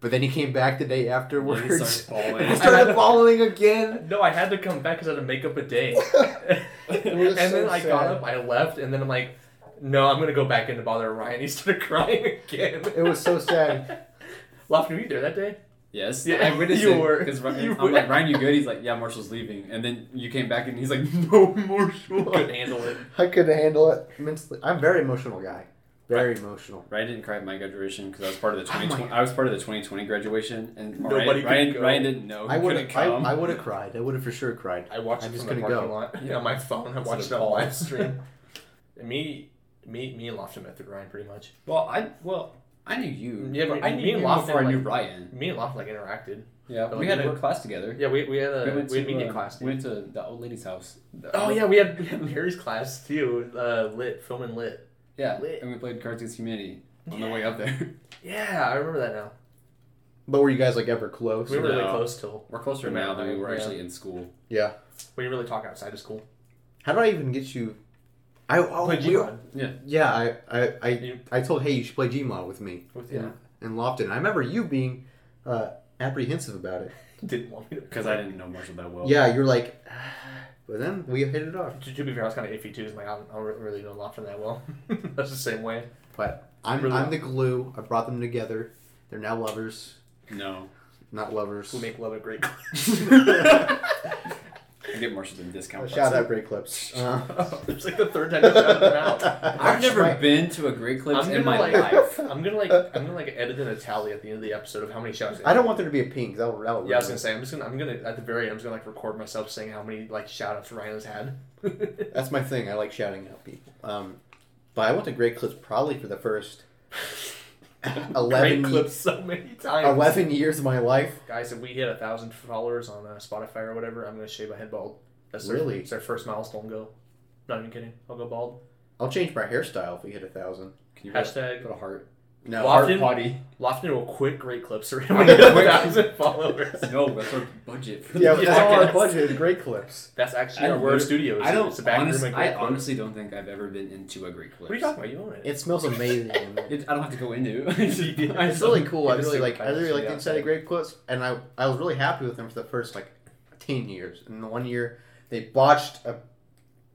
B: but then he came back the day
C: Yeah, he
B: afterwards.
C: started bawling.
B: and started bawling again.
A: No, I had to come back because I had to make up a day.
B: It
A: and
B: was
A: then
B: so
A: I got
B: sad.
A: up, I left, and then I'm like, no, I'm going to go back in to bother Ryan. He started crying again.
B: It was so sad.
A: Lofton, were you there that day?
C: Yes,
A: Yeah,
C: I witnessed
A: you
C: it,
A: were.
C: 'cause
A: You
C: Ryan,
A: were.
C: I'm like Ryan, you good? He's like, yeah, Marshall's leaving, and then you came back and he's like, no,
A: Couldn't
C: Marshall.
A: handle it.
B: I couldn't handle it mentally. I'm a very emotional guy. Very emotional.
C: Ryan didn't cry at my graduation because I was part of the
B: Oh my
C: 2020. I was part of the 2020 graduation, and
A: Nobody
C: Ryan,
A: could
C: Ryan,
A: go.
C: Ryan didn't know.
B: I
C: He
B: would
C: couldn't
B: have. I,
C: come.
B: I would have cried. I would have for sure cried.
A: I watched
B: I'm
A: it
B: just
A: from the
B: gonna
A: parking
B: go.
A: lot yeah. on my phone. I
C: It's
A: watched it
C: an
A: on live
C: appall.
A: stream. me, me, me and Lofton met through Ryan pretty much.
C: Well, I well, I knew you.
A: Yeah, but
C: I
A: me
C: knew you
A: and Lofton,
C: before I knew
A: like-
C: Ryan.
A: Me and Lofton like interacted.
C: Yeah,
A: But
C: we
A: like,
C: had
A: we
C: a
A: went-
C: class together.
A: Yeah, we, we had a
C: we went
A: we had
C: to,
A: media
C: uh,
A: class.
C: We went to the old lady's house.
A: Oh yeah, we had, we had Harry's class too. Uh, lit film and lit.
C: yeah,
A: Lit.
C: and we played Cards Against Humanity on
A: Yeah.
C: the way up there.
A: Yeah, I remember that now.
B: But were you guys like ever close?
A: We were really
C: No.
A: close till
C: We're closer
A: Yeah,
C: now than we were
A: yeah.
C: actually in school.
B: Yeah.
A: we didn't really talk outside of school.
B: How did I even get you? I oh,
A: Played
B: we-
A: G-Mod
B: Yeah, I I I,
A: You-
B: I told hey you should play Gmod with me
A: with
B: Yeah.
A: yeah.
B: and Lofton. I remember you being uh, apprehensive about it.
A: Didn't want me to.
C: Because I didn't know Marshall that
A: Oh.
C: well.
B: Yeah, you're like, "Ah," but then we hit it off.
A: To, to be fair, I was kind of iffy too. It's like I don't, I don't really know Lofton that well. That's the same way.
B: But I'm
A: Really?
B: I'm the glue. I brought them together. They're now lovers,
C: No.
B: not lovers.
A: We make love a great.
C: I get Marshall some discount.
B: Shout
C: prices.
B: out Great Clips. Uh,
A: Oh, it's like the third time I've shouted them out.
C: I've never
B: Right.
C: been to a Great Clips
A: I'm
C: in
A: gonna
C: my
A: like,
C: life.
A: I'm gonna like, I'm gonna like edit in a tally at the end of the episode of how many shouts.
B: I don't want there to be a ping. 'cause That'll, that'll
A: Yeah, I was
B: ruin
A: gonna say I'm just gonna I'm gonna at the very end I'm just gonna like record myself saying how many like shout outs Ryan has had.
B: it. That's my thing. I like shouting out people. Um, but I went to Great Clips probably for the first
A: Great
B: eleven
A: clips so many times.
B: eleven years of my life.
A: Guys, if we hit a thousand followers on uh, Spotify or whatever, I'm gonna shave my head bald. That's
B: Really?
A: Their, it's their first milestone goal. Not even kidding. I'll go bald.
B: I'll change my hairstyle if we hit a thousand.
C: Can you put a-
A: Hashtag
C: put a heart?
B: No,
A: Loft
B: hard
A: in-
B: potty.
A: Lofton will quit great clips or when we hit a thousand followers.
C: No, that's our budget. For
B: Yeah,
C: the
B: it's all our
C: podcast.
B: budget. is Great Clips.
A: That's actually
C: I
A: our
C: don't-
A: word studio.
C: I don't.
A: It's a back
C: honest-
A: room. at Great
C: I
A: Clips.
C: honestly don't think I've ever been into a Great Clips.
A: What are you talking about? You own it.
B: It smells amazing. in there.
C: It, I don't have to go into.
B: It's really cool. I
A: It is
B: really
A: super
B: like. I
A: nice
B: really
A: to
B: like
A: be
B: the inside
A: outside.
B: of Great Clips, and I I was really happy with them for the first like ten years. And the one year they botched a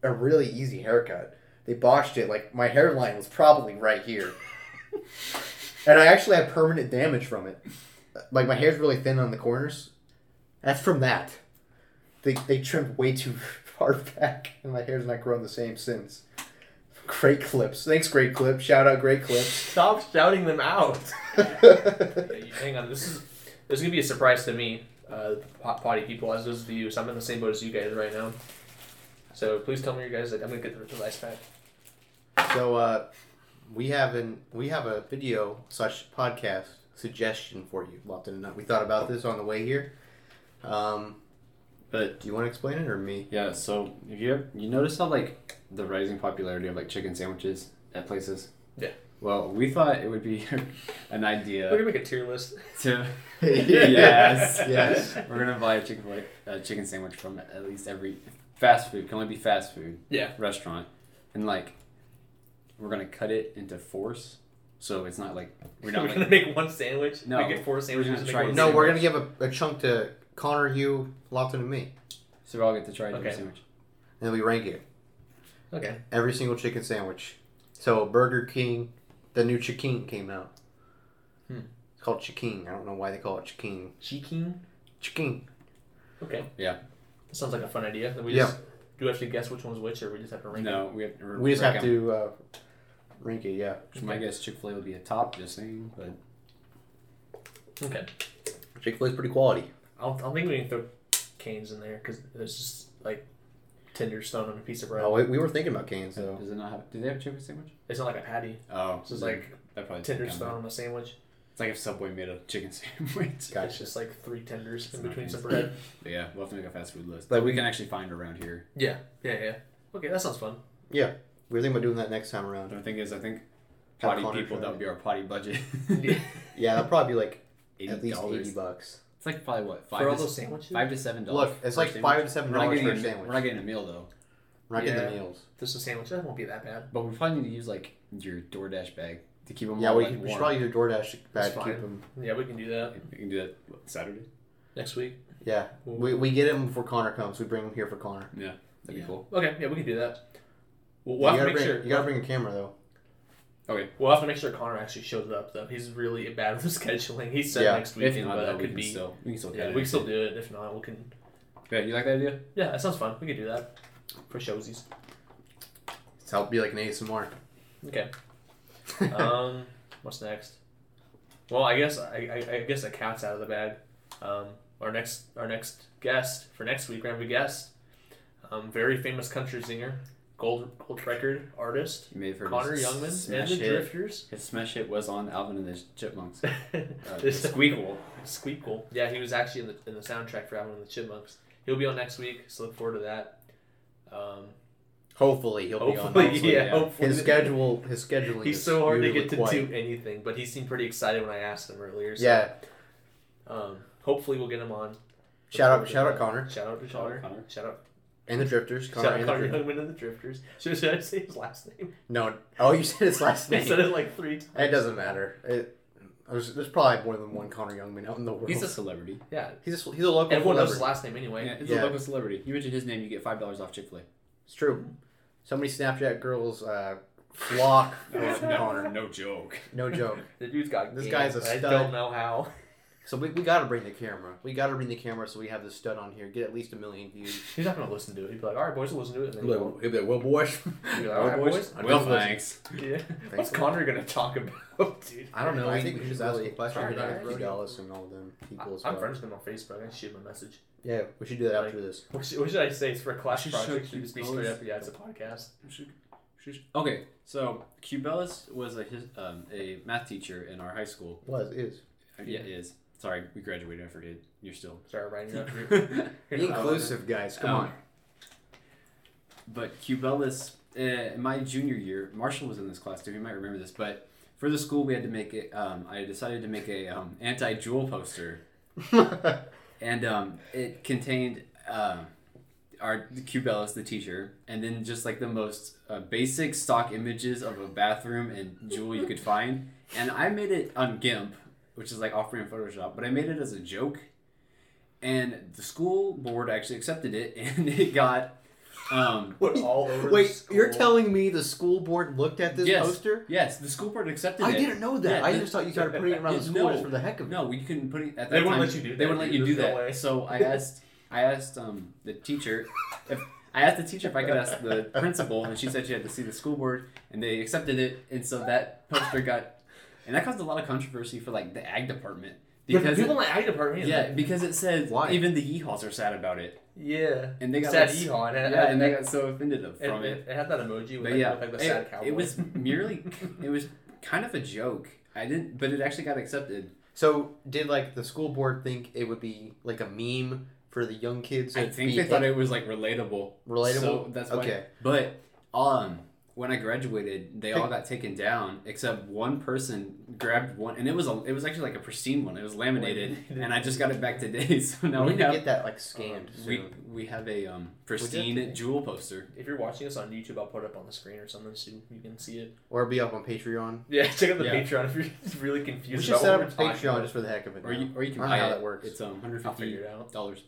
B: a really easy haircut. They botched it. Like my hairline was probably right here, and I actually had permanent damage from it. Like my hair's really thin on the corners. That's from that. They they trimmed way too far back, and my hair's not grown the same since. Great clips. Thanks, Great Clip. Shout out, Great Clips.
A: Stop shouting them out. Okay, Hang on, this is this is gonna be a surprise to me, uh, pot- potty people, as is to you. So I'm in the same boat as you guys right now. So please tell me you guys that I'm gonna get the device back.
B: so uh, we have an we have a video slash podcast suggestion for you, Lofton and Nut. We thought about this on the way here. Um,
C: But
B: do you want to explain it or me?
C: yeah, so if you ever, you notice how like the rising popularity of like chicken sandwiches at places.
A: Yeah.
C: Well, we thought it would be an
A: We're
C: idea
A: gonna make a tier list.
C: to yes
B: Yes.
C: we're gonna buy a chicken a chicken sandwich from at least every fast food can only be fast food
A: Yeah.
C: restaurant and like we're gonna cut it into fours so it's not like
A: We're,
C: we're not
A: gonna
C: like
A: make one sandwich.
C: No.
A: Make it four sandwiches. and make
C: try
A: one
B: No, we're
A: sandwich.
B: gonna give a, a chunk to Connor, you, Lofton, and me,
C: so we all get to try a chicken
A: Okay.
C: sandwich
B: and then we rank it
A: Okay.
B: every single chicken sandwich. So Burger King, the new chicken came out.
A: Hmm.
B: It's called chicken. I don't know why they call it chicken.
A: Cheeking.
B: Chicken.
A: Okay.
C: Yeah.
A: That sounds like a fun idea. Then we
B: Yeah.
A: just do we have to guess which one's which, or we just have to rank them?
C: no we have to
B: We just
C: break
B: have
C: them.
B: to uh, rank it. Yeah.
C: So my guess Chick Fil A would be a top just saying but
A: Okay.
B: Chick Fil A's pretty quality.
A: I'll, I'll think we can throw canes in there because there's just like tender stone on a piece of bread.
B: Oh, we, we were thinking about Canes though.
C: does it not have do they have a chicken sandwich
A: It's not like a patty.
C: oh
A: This is
C: then
A: like
C: that probably doesn't
A: Tender
C: count.
A: stone on a sandwich.
C: it's like if Subway made a chicken sandwich
A: It's
B: Gotcha.
A: just like three tenders
C: It's
A: in
C: not
A: between
C: nice.
A: some bread.
C: but yeah we'll have to make a fast food list
B: Like,
C: like
B: we-
C: we can actually find around here
A: Yeah, yeah, yeah. Okay, that sounds fun.
B: We were thinking about doing that next time around.
C: the thing is I think
B: Have
C: potty
B: Connor
C: people
B: try
C: that would be our potty budget
A: Yeah.
B: Yeah, that'll probably be like at
C: eighty
B: least eighty
C: dollars
B: bucks.
C: it's like probably what
A: For
C: five
A: all
C: to,
A: those sandwiches,
C: five to seven dollars
B: Look, it's
C: for a
B: like
C: sandwich.
B: five to seven
C: We're not,
B: dollars
C: getting
B: for
C: a,
B: a
C: meal-
B: sandwich.
C: we're not getting a meal though,
B: We're not getting the
A: Yeah.
B: meals.
A: this is a sandwich. That won't be that bad.
C: but we probably need to use like your DoorDash bag to keep them.
B: Yeah,
C: all,
B: we,
C: like,
B: could, we should
C: warm.
B: probably do a DoorDash bag
A: That's
B: to keep
A: fine.
B: them.
A: Yeah, we can do that
C: We can do that what, Saturday.
A: next week.
B: Yeah,
A: We'll-
B: we, we get them before Connor comes. We bring them here for Connor.
C: That'd
A: Yeah.
C: be cool.
A: Okay, yeah, we can do that. We'll, we'll
B: you
A: have to
B: gotta
A: make
B: bring,
A: sure.
B: you gotta bring a camera though.
A: We'll have to make sure Connor actually shows up though. He's really bad with scheduling. He said
B: Yeah.
A: next weekend,
C: if not,
A: but
C: though,
A: that
C: we
A: could
C: can
A: be.
C: still we can still
A: yeah, we can still do it. If not, we can.
C: Yeah, you like that idea?
A: Yeah, that sounds fun. We could do that for showsies.
B: So it'll be like an ASMR.
A: Okay. um, what's next? Well, I guess I, I, I guess a cat's out of the bag. Um, our next our next guest for next week, we're gonna have a guest, um, very famous country singer, gold gold record artist,
C: You may have heard
A: Connor
C: his
A: Youngman and
C: smash
A: the
C: hit.
A: Drifters.
C: His smash hit was on Alvin and the Chipmunks. Uh,
A: This-
C: Squeakle.
A: Squeakle. Yeah, he was actually in the, in the soundtrack for Alvin and the Chipmunks. He'll be on next week, so look forward to that. Um,
B: Hopefully he'll
A: hopefully,
B: be on.
C: hopefully,
A: yeah,
C: yeah.
A: hopefully.
B: His schedule, his scheduling.
A: He's
B: is
A: so hard to
B: usually
A: get to
B: quite-
A: do anything, but he seemed pretty excited when I asked him earlier. So,
B: Yeah,
A: Um, hopefully, we'll get him on.
B: shout out,
A: Before-
B: shout out Connor
A: Shout out to Connor.
C: Connor.
A: Shout out,
B: and the Drifters. Connor
A: shout out
B: and the
A: Connor
B: Drifters.
A: Youngman and the Drifters. Should, should I say his last name?
B: No, oh, you said his last
A: I
B: name.
A: said it like three times.
B: It doesn't matter. It, there's, there's probably more than one Connor Youngman out in the world.
C: He's a celebrity.
A: Yeah,
B: he's a, he's a local
A: everyone knows his
B: celebrity.
A: last name anyway.
C: Yeah, it's
B: Yeah.
C: a local celebrity. You mention his name, you get five dollars off Chick Fil A.
B: It's true. So many Snapchat girls uh, flock for Connor.
C: Oh, no joke.
B: No joke.
A: The dude's got.
B: This
A: game,
B: guy's a
A: but I
B: stud.
A: don't know how.
B: So we, we gotta bring the camera. We gotta bring the camera so we have this stud on here. Get at least a million views.
A: He's not gonna listen to it. He'd be like, "All right, boys, we'll listen to it." And then he won't.
B: Well, well, boys.
A: He'd be like, "All right, boys."
B: I
C: Well,
B: don't know.
C: thanks.
A: Yeah. What's Connor gonna talk about, dude?
B: I don't know.
A: I
B: we,
A: think
B: we
A: we
B: should
A: should
B: ask
A: really
B: a question.
A: try
B: We got
A: that.
B: Rosie Dallas and all them people as
A: I'm
B: well.
A: friends with him on Facebook. I can shoot him a message.
B: Yeah, we should do that after this.
A: What should, what should I say? It's for a class
C: Should show
A: project. Should just be straight
C: Cubellas.
A: up. Yeah, it's a podcast.
C: Okay, so Cubelis was a his, um, a math teacher in our high school.
B: Was is
C: Yeah, is. Sorry, we graduated. I forget. You're still.
A: Sorry, Ryan, you're not here. Oh.
C: but
B: be inclusive, guys. Come
C: Um,
B: on.
C: Cubelis, uh, in my junior year, Marshall was in this class too. He might remember this, but for the school we had to make it. Um, I decided to make a um, anti jewel poster, and um, it contained um, our Cubelis, the teacher, and then just like the most uh, basic stock images of a bathroom and jewel you could find. And I made it on GIMP, which is like off-brand Photoshop, but I made it as a joke. And the school board actually accepted it, and it got. Um,
A: Put all over. the
B: Wait, you're
A: school.
B: telling me the school board looked at this
C: Yes.
B: poster?
C: yes, the school board accepted
B: I
C: it.
B: didn't know that.
C: Yeah,
B: I
C: the-
B: just thought you started putting it around the
C: Yeah,
B: school
C: no.
B: just for the heck of it.
C: No, we couldn't put it at that
A: They
C: time.
A: wouldn't let you do
C: They
A: that,
C: wouldn't let
A: dude.
C: you do
A: There's no
C: that.
A: way.
C: So I asked, I asked um, the teacher if I asked the teacher if I could ask the principal, and she said she had to see the school board, and they accepted it. And so that poster got, and that caused a lot of controversy for like the ag department
A: Because
C: because
A: people in the ag
C: it,
A: department.
C: yeah, because it said
B: Why?
C: even the yeehaws are sad about it,
A: yeah.
C: and they got
A: sad
C: like,
A: yeehaw, and it,
C: yeah,
A: had-
C: and they got so offended of-
A: it,
C: from it.
A: it- it had that emoji with
C: But
A: like,
C: yeah,
A: with, like the sad
C: it,
A: cowboy.
C: it was merely it was kind of a joke. I didn't, but it actually got accepted.
B: So did like the school board think it would be like a meme for the young kids?
C: I
B: to
C: think
B: be
C: they thought
B: hip-
C: it was like relatable.
B: relatable.
C: So that's why.
B: okay.
C: But um, when I graduated, they all got taken down except one person grabbed one, and it was a it was actually like a pristine one. It was laminated, and I just got it back today. So now
B: we
C: we
B: need to
C: have
B: get that like scanned
C: we,
B: soon.
C: we have a um
B: today.
C: pristine jewel poster.
A: If you're watching us on YouTube, I'll put it up on the screen or something so you can see it.
B: or be up on Patreon.
A: Yeah, check out the
C: Yeah.
A: Patreon if you're really
B: We
A: confused
B: should
A: about
B: set up
A: what
B: a
A: we're talking
B: Patreon
A: about.
B: just for the heck of it.
C: Or you or you can
B: I don't
C: buy
B: know how
C: it.
B: that works.
C: It's um hundred
A: I'll figure
C: fifty
A: it out.
C: dollars.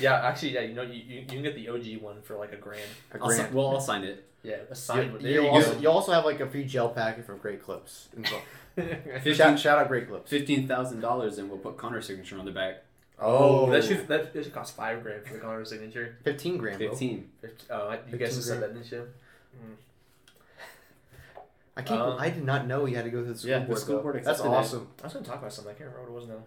A: Yeah, actually, yeah, you know, you, you, you can get the OG one for like a grand.
B: a
C: I'll si-
B: grant.
C: well, I'll sign it.
A: Yeah, a sign.
B: you,
A: there
B: you
A: you
B: also,
A: go.
B: you also have like a free gel packet from Great Clips. involved.
C: Fifteen
B: shout, shout out Great Clips.
C: fifteen thousand dollars, and we'll put Connor's signature on the back.
A: Oh, that should that, that should cost five grand for the Connor signature.
B: fifteen grand. bro.
C: Fifteen.
A: Fif- Uh, you guys just said that, didn't you?
B: I can't.
A: Um,
B: I did not know you had to go through the school
C: yeah, the
B: board.
C: school
B: though.
C: board
B: That's
C: accepted it.
B: awesome.
A: I was gonna talk about something. I can't remember what it was now.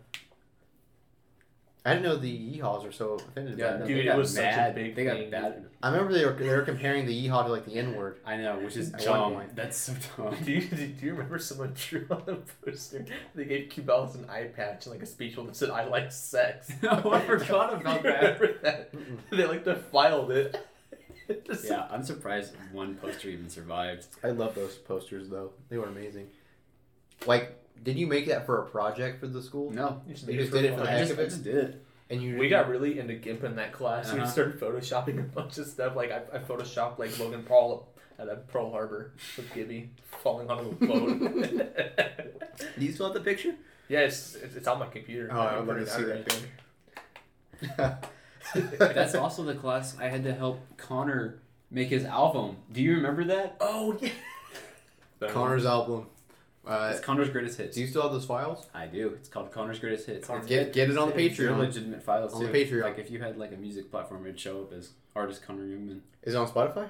B: I didn't know the yeehaws were so offended.
C: Yeah,
B: by that.
A: Dude,
C: they
A: it
C: got
A: was such a
C: mad.
A: big
C: They got
A: thing,
C: bad.
B: I remember they were they were comparing the yeehaw to like the N word.
C: I know, which is
B: At one
C: dumb.
B: point.
C: That's so dumb.
A: Do you, do you remember someone drew on the poster? They gave Cubellis an eye patch and like a speech that said, "I like sex."
C: oh, I forgot
A: Do you
C: about that.
A: remember that?
B: Mm-mm.
A: They like defiled it. Just-
C: Yeah, I'm surprised one poster even survived.
B: I love those posters though. They were amazing. Like, did you make that for a project for the school?
C: No,
A: you just
B: They
A: made
B: just did it for the
A: fun.
C: I
B: heck
C: just,
B: of
C: I
B: it.
C: just did it.
B: And you
A: We got really into GIMP in that class. We
C: Uh-huh.
A: started photoshopping a bunch of stuff. Like I, I photoshopped like Logan Paul at a Pearl Harbor with Gibby falling onto a boat.
B: Do you still have the picture?
A: yeah, it's, it's it's on my computer.
B: Oh, I would
A: Pretty
B: love to see
A: accurate.
B: that
C: That's also the class I had to help Connor make his album. Do you remember that?
A: Oh yeah.
B: Connor's album. Uh,
C: It's Connor's greatest hits.
B: do you still have those files?
C: I do. It's called Connor's greatest hits.
A: Connor's
B: Get get it on the
C: It's your
B: Patreon.
C: legitimate files
B: On the
C: too.
B: Patreon.
C: Like if you had like a music platform, it'd show up as artist Connor Newman.
B: Is it on Spotify?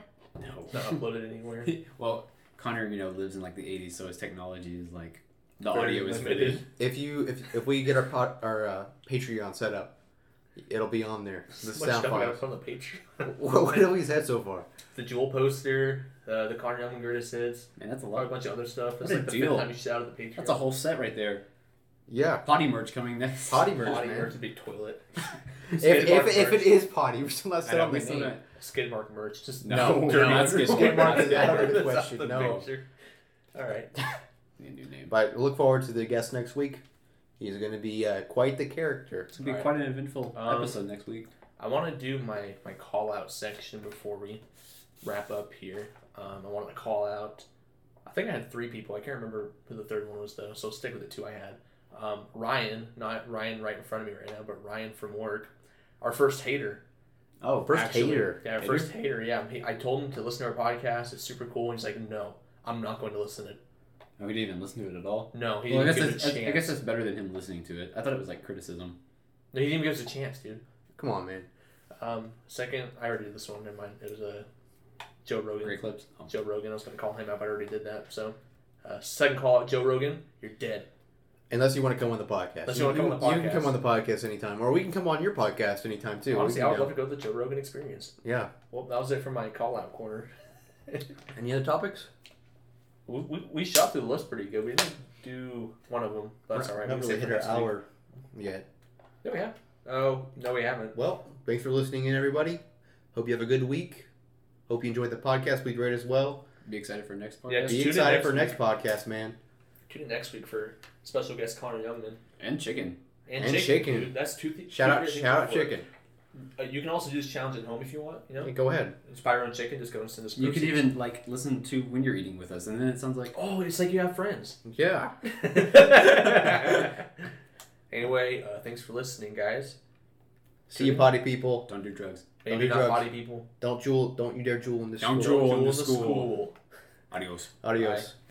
A: It's not uploaded anywhere.
C: well, Connor, you know, lives in like the '80s, so his technology is like the
A: Very
C: audio is
A: limited.
C: limited.
B: If you if, if we get our pot, our uh, Patreon set up, it'll be on there. The
A: Much
B: sound
A: stuff I got
B: files.
A: from the Patreon.
B: What, what have we said so far?
A: the Jewel poster, uh, the Connor Young greatest hits,
C: Man, that's a
A: a
C: lot.
A: bunch of other stuff. That's
C: What a
A: like the
C: deal.
A: fifth time you shout out the Patreon.
C: That's a whole set right there.
B: Yeah,
C: Potty merge coming next.
B: potty merch,
A: potty
B: man.
A: merch, a big toilet,
B: If,
A: Skid
B: if,
A: mark
B: if it
A: merch.
B: is potty, we're still not
C: I
B: set
C: know,
B: up
C: we
B: the
C: still
B: name.
C: don't-
A: skid mark merch, just
C: No,
B: No,
A: dirty
C: no, that's
A: skid
C: skid
A: mark.
C: mark.
A: That's
B: Out of the
A: the
B: question, no.
A: picture. All right.
C: Need a new name.
B: But look forward to the guest next week. He's going to be uh, quite the character.
C: It's gonna be
A: Alright.
C: quite an eventful
A: Um,
C: episode next week.
A: I want to do my my call out section before we wrap up here. Um, I wanted to call out. I think I had three people. I can't remember who the third one was though. So stick with the two I had. Um, Ryan, not Ryan right in front of me right now, but Ryan from work. Our first hater.
C: Oh,
B: First
A: actually.
B: hater.
A: Yeah, our
C: Hater?
A: first hater. Yeah, he, I told him to listen to our podcast. It's super cool. And he's like, no, I'm not going to listen to it.
C: we didn't even listen to it at all.
A: No, he
C: Well,
A: didn't
C: I guess,
A: give
C: that's,
A: us a
C: I, I guess
A: chance.
C: that's better than him listening to it. I thought it was like criticism.
A: No, he didn't even give us a chance, dude.
B: Come on, man.
A: Um, second, I already did this one. Never mind. It was a uh, Joe Rogan.
C: Great clips. Oh.
A: Joe Rogan. I was going to call him up. I already did that. So, uh, second call out, Joe Rogan, you're dead.
B: Unless you want to come on the podcast.
A: Unless you wanna come on the
B: You can
A: podcast.
B: come on the podcast anytime, or we can come on your podcast anytime too. We
A: Honestly,
B: can
A: I would
B: go.
A: love to go to the Joe Rogan experience.
B: Yeah.
A: Well, that was it for my call out corner.
B: Any other topics?
A: we, we, we shot through the list pretty good. We didn't do one of them. but That's all right.
B: We
A: We can
B: haven't really
A: save it
B: hit
A: for
B: our
A: next week.
B: hour yet.
A: No, we have. Oh, no, we haven't.
B: Well, thanks for listening in, everybody. Hope you have a good week. Hope you enjoyed the podcast. Please rate as well.
C: Be excited for next part.
A: Yeah,
B: Be
A: tune in
B: excited
A: next
B: for
A: week.
B: next podcast, man.
A: Tune in next week for special guest Connor Youngman
C: And chicken.
A: and,
B: And
A: chicken.
B: chicken.
A: Dude, that's two. Th-
B: Shout
A: two
B: out,
A: great things
B: shout out,
A: before.
B: chicken.
A: Uh, you can also do this challenge at home if you want. You know,
B: Hey, go ahead.
A: inspire your own chicken. Just go and send us.
C: You could
A: proceeds.
C: even like listen to when you're eating with us, and then it sounds like
A: Oh, it's like you have friends.
B: Yeah.
A: anyway, uh, thanks for listening, guys.
B: See you, potty people.
C: don't do drugs.
B: Don't
A: Maybe
B: do
A: not
B: drugs.
A: potty people.
B: Don't jewel. Don't you dare jewel in this
C: Don't
B: school.
C: jewel.
A: Jewel
C: in the
A: the
C: school. Adios.
B: Adios.
A: Bye.